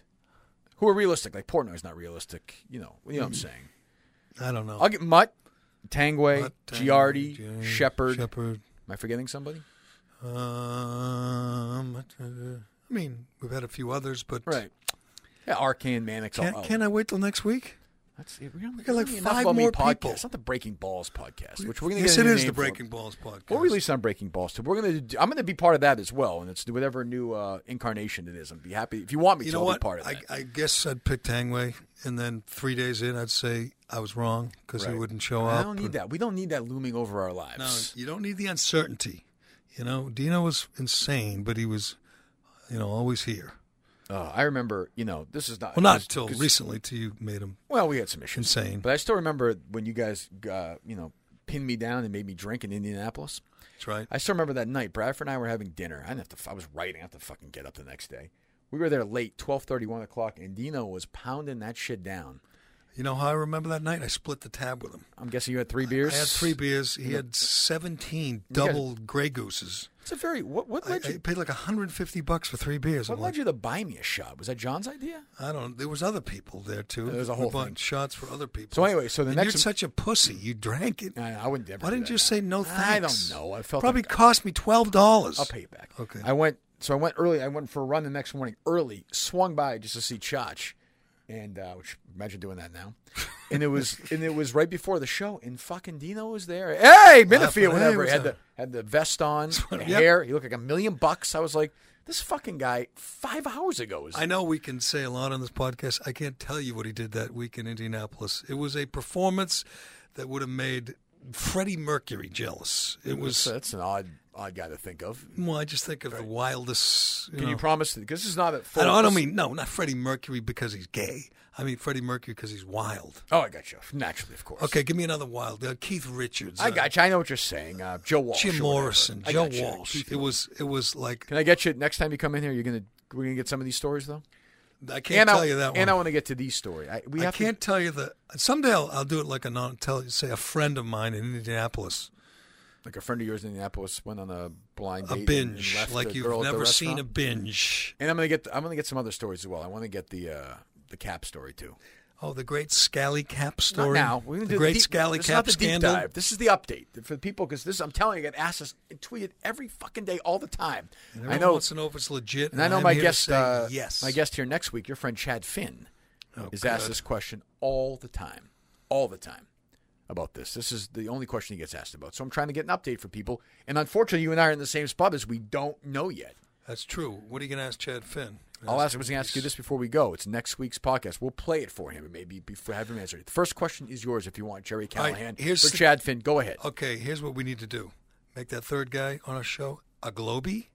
[SPEAKER 1] who are realistic. Like Portnoy's not realistic. You know, you know what I'm saying.
[SPEAKER 3] I don't know.
[SPEAKER 1] I'll get Mutt, Tangway,
[SPEAKER 3] But, uh,
[SPEAKER 1] Giardi,
[SPEAKER 3] Jay-
[SPEAKER 1] Shepard.
[SPEAKER 3] Shepard.
[SPEAKER 1] Am I forgetting somebody?
[SPEAKER 3] Um, I mean, we've had a few others, but
[SPEAKER 1] Right. Yeah, Arcane Mannix.
[SPEAKER 3] Can,
[SPEAKER 1] oh, oh.
[SPEAKER 3] can I wait till next week?
[SPEAKER 1] That's it. We're
[SPEAKER 3] We got like
[SPEAKER 1] enough
[SPEAKER 3] five
[SPEAKER 1] about me
[SPEAKER 3] more
[SPEAKER 1] podcast.
[SPEAKER 3] people.
[SPEAKER 1] It's not the Breaking Balls podcast, which we're going to
[SPEAKER 3] yes,
[SPEAKER 1] get. a
[SPEAKER 3] it
[SPEAKER 1] new
[SPEAKER 3] is the
[SPEAKER 1] name for.
[SPEAKER 3] Breaking Balls podcast.
[SPEAKER 1] We'll release on Breaking Balls too. We're going to. I'm going to be part of that as well, and it's whatever new uh, incarnation it is. I'd be happy if you want me
[SPEAKER 3] you
[SPEAKER 1] to
[SPEAKER 3] know
[SPEAKER 1] I'll
[SPEAKER 3] what?
[SPEAKER 1] be part of
[SPEAKER 3] I,
[SPEAKER 1] that.
[SPEAKER 3] I guess I'd pick Tangway, and then three days in, I'd say I was wrong because he
[SPEAKER 1] Right.
[SPEAKER 3] wouldn't show
[SPEAKER 1] I
[SPEAKER 3] up.
[SPEAKER 1] don't need
[SPEAKER 3] and-
[SPEAKER 1] that. We don't need that looming over our
[SPEAKER 3] No,
[SPEAKER 1] lives.
[SPEAKER 3] you don't need the uncertainty. You know, Dino was insane, but he was, you know, always here.
[SPEAKER 1] Uh, I remember, you know, this is not
[SPEAKER 3] Well, not
[SPEAKER 1] this-
[SPEAKER 3] until
[SPEAKER 1] 'cause-
[SPEAKER 3] recently, till you made him
[SPEAKER 1] Well, we had some issues,
[SPEAKER 3] insane.
[SPEAKER 1] but I still remember when you guys, uh, you know, pinned me down and made me drink in Indianapolis.
[SPEAKER 3] That's right.
[SPEAKER 1] I still remember that night. Bradford and I were having dinner. I didn't have to. I was writing. I have to fucking get up the next day. We were there late, 12:30, 1 o'clock, and Dino was pounding that shit down.
[SPEAKER 3] You know how I remember that night? I split the tab with him.
[SPEAKER 1] I'm guessing you had three beers.
[SPEAKER 3] I had three beers. He had 17
[SPEAKER 1] guys-
[SPEAKER 3] double Grey Gooses.
[SPEAKER 1] It's a very what? What
[SPEAKER 3] I,
[SPEAKER 1] led
[SPEAKER 3] I
[SPEAKER 1] you?
[SPEAKER 3] paid like 150 bucks for three beers.
[SPEAKER 1] What
[SPEAKER 3] I'm
[SPEAKER 1] led
[SPEAKER 3] like,
[SPEAKER 1] you to buy me a shot? Was that John's idea?
[SPEAKER 3] I don't. There was other people there too.
[SPEAKER 1] There was a
[SPEAKER 3] We
[SPEAKER 1] whole
[SPEAKER 3] bought
[SPEAKER 1] thing.
[SPEAKER 3] shots for other people.
[SPEAKER 1] So anyway, so the
[SPEAKER 3] And
[SPEAKER 1] next-
[SPEAKER 3] you're such a pussy. You drank it.
[SPEAKER 1] I, I wouldn't ever.
[SPEAKER 3] Why
[SPEAKER 1] do
[SPEAKER 3] didn't
[SPEAKER 1] that now.
[SPEAKER 3] you say no
[SPEAKER 1] I don't
[SPEAKER 3] thanks?
[SPEAKER 1] know. I felt
[SPEAKER 3] probably
[SPEAKER 1] like-
[SPEAKER 3] cost me twelve dollars.
[SPEAKER 1] I'll pay you back.
[SPEAKER 3] Okay.
[SPEAKER 1] I went. So I went early. I went for a run the next morning early. Swung by just to see Chach, and uh, which imagine doing that now. And it was and it was right before the show. And fucking Dino was there. Hey, Minifield,
[SPEAKER 3] Hey,
[SPEAKER 1] whatever.
[SPEAKER 3] what's
[SPEAKER 1] had
[SPEAKER 3] up?
[SPEAKER 1] the had the vest on, the
[SPEAKER 3] Yep.
[SPEAKER 1] hair. He looked like a million bucks. I was like, this fucking guy. Five hours ago was.
[SPEAKER 3] I know we can say a lot on this podcast. I can't tell you what he did that week in Indianapolis. It was a performance that would have made Freddie Mercury jealous. It
[SPEAKER 1] that's,
[SPEAKER 3] was.
[SPEAKER 1] that's an odd odd guy to think of.
[SPEAKER 3] Well, I just think of the wildest. You
[SPEAKER 1] Can
[SPEAKER 3] know,
[SPEAKER 1] you promise? Because this is not a.
[SPEAKER 3] I don't, I don't
[SPEAKER 1] full-
[SPEAKER 3] mean no, not Freddie Mercury because he's gay. I mean Freddie Mercury because he's wild.
[SPEAKER 1] Oh, I got you. Naturally, of course.
[SPEAKER 3] Okay, give me another wild. Uh, Keith Richards.
[SPEAKER 1] I
[SPEAKER 3] uh,
[SPEAKER 1] got you. I know what you're saying. Uh, Joe Walsh.
[SPEAKER 3] Jim
[SPEAKER 1] or whatever.
[SPEAKER 3] Morrison,
[SPEAKER 1] I
[SPEAKER 3] Joe
[SPEAKER 1] got you.
[SPEAKER 3] Walsh.
[SPEAKER 1] Keith
[SPEAKER 3] It was it was like
[SPEAKER 1] Can I get you next time you come in here? You're gonna we're gonna get some of these stories though.
[SPEAKER 3] I can't
[SPEAKER 1] and
[SPEAKER 3] tell
[SPEAKER 1] I,
[SPEAKER 3] you that
[SPEAKER 1] And I
[SPEAKER 3] one.
[SPEAKER 1] want to get to these story. I, we
[SPEAKER 3] I
[SPEAKER 1] have to-
[SPEAKER 3] can't tell you the. Someday I'll, I'll do it like a non. Tell say a friend of mine in Indianapolis.
[SPEAKER 1] like a friend of yours in Indianapolis went on a blind
[SPEAKER 3] A
[SPEAKER 1] date and
[SPEAKER 3] binge
[SPEAKER 1] left
[SPEAKER 3] like
[SPEAKER 1] the
[SPEAKER 3] you've
[SPEAKER 1] girl at the
[SPEAKER 3] never seen a
[SPEAKER 1] restaurant.
[SPEAKER 3] binge.
[SPEAKER 1] And I'm gonna get I'm gonna get some other stories as well. I want to get the uh, the cap story too.
[SPEAKER 3] Oh, the great Scally Cap story.
[SPEAKER 1] Not now we're gonna
[SPEAKER 3] the
[SPEAKER 1] do
[SPEAKER 3] great
[SPEAKER 1] deep,
[SPEAKER 3] Scally
[SPEAKER 1] this is not
[SPEAKER 3] Cap
[SPEAKER 1] the deep
[SPEAKER 3] scandal.
[SPEAKER 1] dive. This is the update for the people because this I'm telling you, I get asked this and tweeted every fucking day all the time.
[SPEAKER 3] And
[SPEAKER 1] I
[SPEAKER 3] everyone
[SPEAKER 1] know
[SPEAKER 3] wants to know if it's legit.
[SPEAKER 1] And I know
[SPEAKER 3] I'm
[SPEAKER 1] my
[SPEAKER 3] here to
[SPEAKER 1] guest,
[SPEAKER 3] say
[SPEAKER 1] uh,
[SPEAKER 3] yes,
[SPEAKER 1] my guest here next week, your friend Chad Finn,
[SPEAKER 3] Oh,
[SPEAKER 1] is asked
[SPEAKER 3] good.
[SPEAKER 1] this question all the time, all the time about this. This is the only question he gets asked about. So I'm trying to get an update for people. And unfortunately, you and I are in the same spot as we don't know yet.
[SPEAKER 3] That's true. What are you going to ask Chad Finn?
[SPEAKER 1] I'll ask. I was going to ask you this before we go. It's next week's podcast. We'll play it for him and maybe before have him answer it. The first question is yours if you want, Jerry
[SPEAKER 3] All right,
[SPEAKER 1] Callahan.
[SPEAKER 3] here's
[SPEAKER 1] for
[SPEAKER 3] the-
[SPEAKER 1] Chad Finn. Go ahead.
[SPEAKER 3] Okay, here's what we need to do: make that third guy on our show a Globie,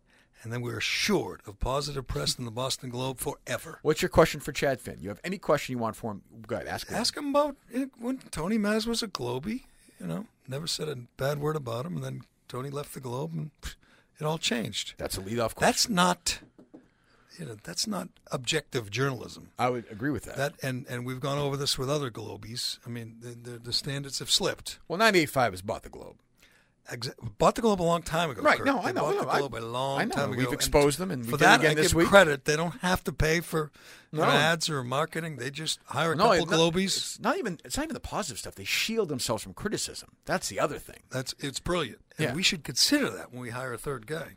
[SPEAKER 3] and then we're assured of positive press in the Boston Globe forever.
[SPEAKER 1] What's your question for Chad Finn? You have any question you want for him? Go ahead. Ask. it.
[SPEAKER 3] Ask him about eh, when Tony Maz was a Globie. You know, never said a bad word about him, and then Tony left the Globe, and pff, it all changed.
[SPEAKER 1] That's a leadoff question.
[SPEAKER 3] That's not, you know, that's not objective journalism.
[SPEAKER 1] I would agree with that.
[SPEAKER 3] That and and we've gone over this with other Globies. I mean, the the, the standards have slipped.
[SPEAKER 1] well, 985 has bought the Globe.
[SPEAKER 3] Exa- bought the Globe a long time ago.
[SPEAKER 1] Right,
[SPEAKER 3] Kirk.
[SPEAKER 1] no, I
[SPEAKER 3] They
[SPEAKER 1] know,
[SPEAKER 3] Bought
[SPEAKER 1] I know,
[SPEAKER 3] the Globe
[SPEAKER 1] I-
[SPEAKER 3] a long
[SPEAKER 1] I know,
[SPEAKER 3] time
[SPEAKER 1] we've
[SPEAKER 3] ago. and
[SPEAKER 1] exposed them, and we
[SPEAKER 3] for
[SPEAKER 1] did it
[SPEAKER 3] that,
[SPEAKER 1] again
[SPEAKER 3] I
[SPEAKER 1] this
[SPEAKER 3] give
[SPEAKER 1] week.
[SPEAKER 3] credit. They don't have to pay for you know,
[SPEAKER 1] No.
[SPEAKER 3] ads or marketing. They just hire a couple
[SPEAKER 1] not-
[SPEAKER 3] Globies.
[SPEAKER 1] It's not even it's not even the positive stuff. They shield themselves from criticism. That's the other thing.
[SPEAKER 3] That's it's brilliant, and
[SPEAKER 1] Yeah.
[SPEAKER 3] we should consider that when we hire a third guy.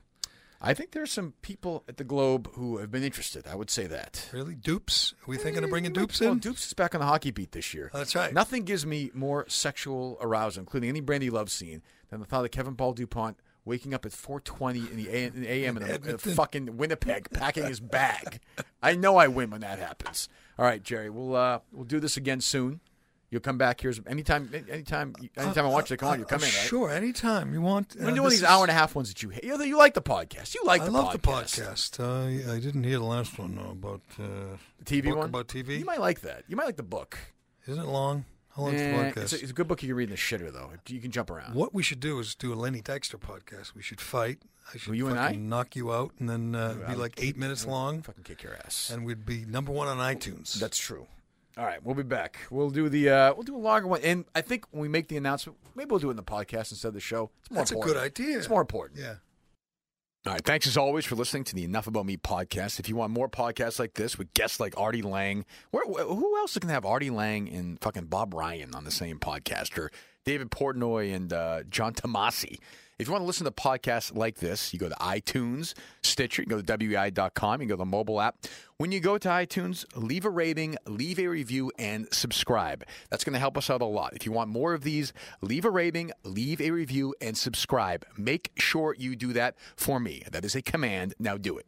[SPEAKER 1] I think there's some people at the Globe who have been interested. I would say that.
[SPEAKER 3] Really, dupes? Are we thinking of bringing dupes
[SPEAKER 1] Eh, Well,
[SPEAKER 3] in?
[SPEAKER 1] Dupes is back on the hockey beat this year.
[SPEAKER 3] That's right.
[SPEAKER 1] Nothing gives me more sexual arousal, including any Brandy Love scene, than the thought of Kevin Paul DuPont waking up at 4:20 in the a- in the a.m. in, the- in the
[SPEAKER 3] Edmonton.
[SPEAKER 1] fucking Winnipeg, packing his bag. I know I win when that happens. All right, Jerry, we'll uh, we'll do this again soon. You'll come back here anytime, anytime, anytime I want you to come on. You
[SPEAKER 3] Uh,
[SPEAKER 1] come in.
[SPEAKER 3] uh,
[SPEAKER 1] Right?
[SPEAKER 3] Sure, anytime you want. uh,
[SPEAKER 1] We're doing these hour and a half ones that you hate. You, you like the podcast. You like
[SPEAKER 3] I
[SPEAKER 1] the
[SPEAKER 3] love the
[SPEAKER 1] podcast.
[SPEAKER 3] podcast. Uh, I, I didn't hear the last one though, about uh,
[SPEAKER 1] The TV
[SPEAKER 3] book
[SPEAKER 1] one
[SPEAKER 3] about TV.
[SPEAKER 1] You might like that. You might like the book.
[SPEAKER 3] Isn't it long? How long's
[SPEAKER 1] Eh,
[SPEAKER 3] the podcast?
[SPEAKER 1] it's, a, it's a good book you can read in the shitter though. You can jump around.
[SPEAKER 3] What we should do is do a Lenny Dykstra podcast. We should fight. I should
[SPEAKER 1] Well, you and
[SPEAKER 3] fucking
[SPEAKER 1] I?
[SPEAKER 3] knock you out, and then uh, it'd be like eight minutes long,
[SPEAKER 1] Fucking kick your ass.
[SPEAKER 3] and we'd be number one on iTunes.
[SPEAKER 1] That's true. All right, we'll be back. We'll do the uh, we'll do a longer one, and I think when we make the announcement, maybe we'll do it in the podcast instead of the show. It's more
[SPEAKER 3] That's a
[SPEAKER 1] important.
[SPEAKER 3] good idea.
[SPEAKER 1] It's more important.
[SPEAKER 3] Yeah.
[SPEAKER 1] All right. Thanks as always for listening to the Enough About Me podcast. If you want more podcasts like this with guests like Artie Lang, where, wh- who else can have Artie Lang and fucking Bob Ryan on the same podcast or David Portnoy and uh, John Tomasi? If you want to listen to podcasts like this, you go to iTunes, Stitcher, you go to E WEI.com, you go to the mobile app. When you go to iTunes, leave a rating, leave a review, and subscribe. That's going to help us out a lot. If you want more of these, leave a rating, leave a review, and subscribe. Make sure you do that for me. That is a command. Now do it.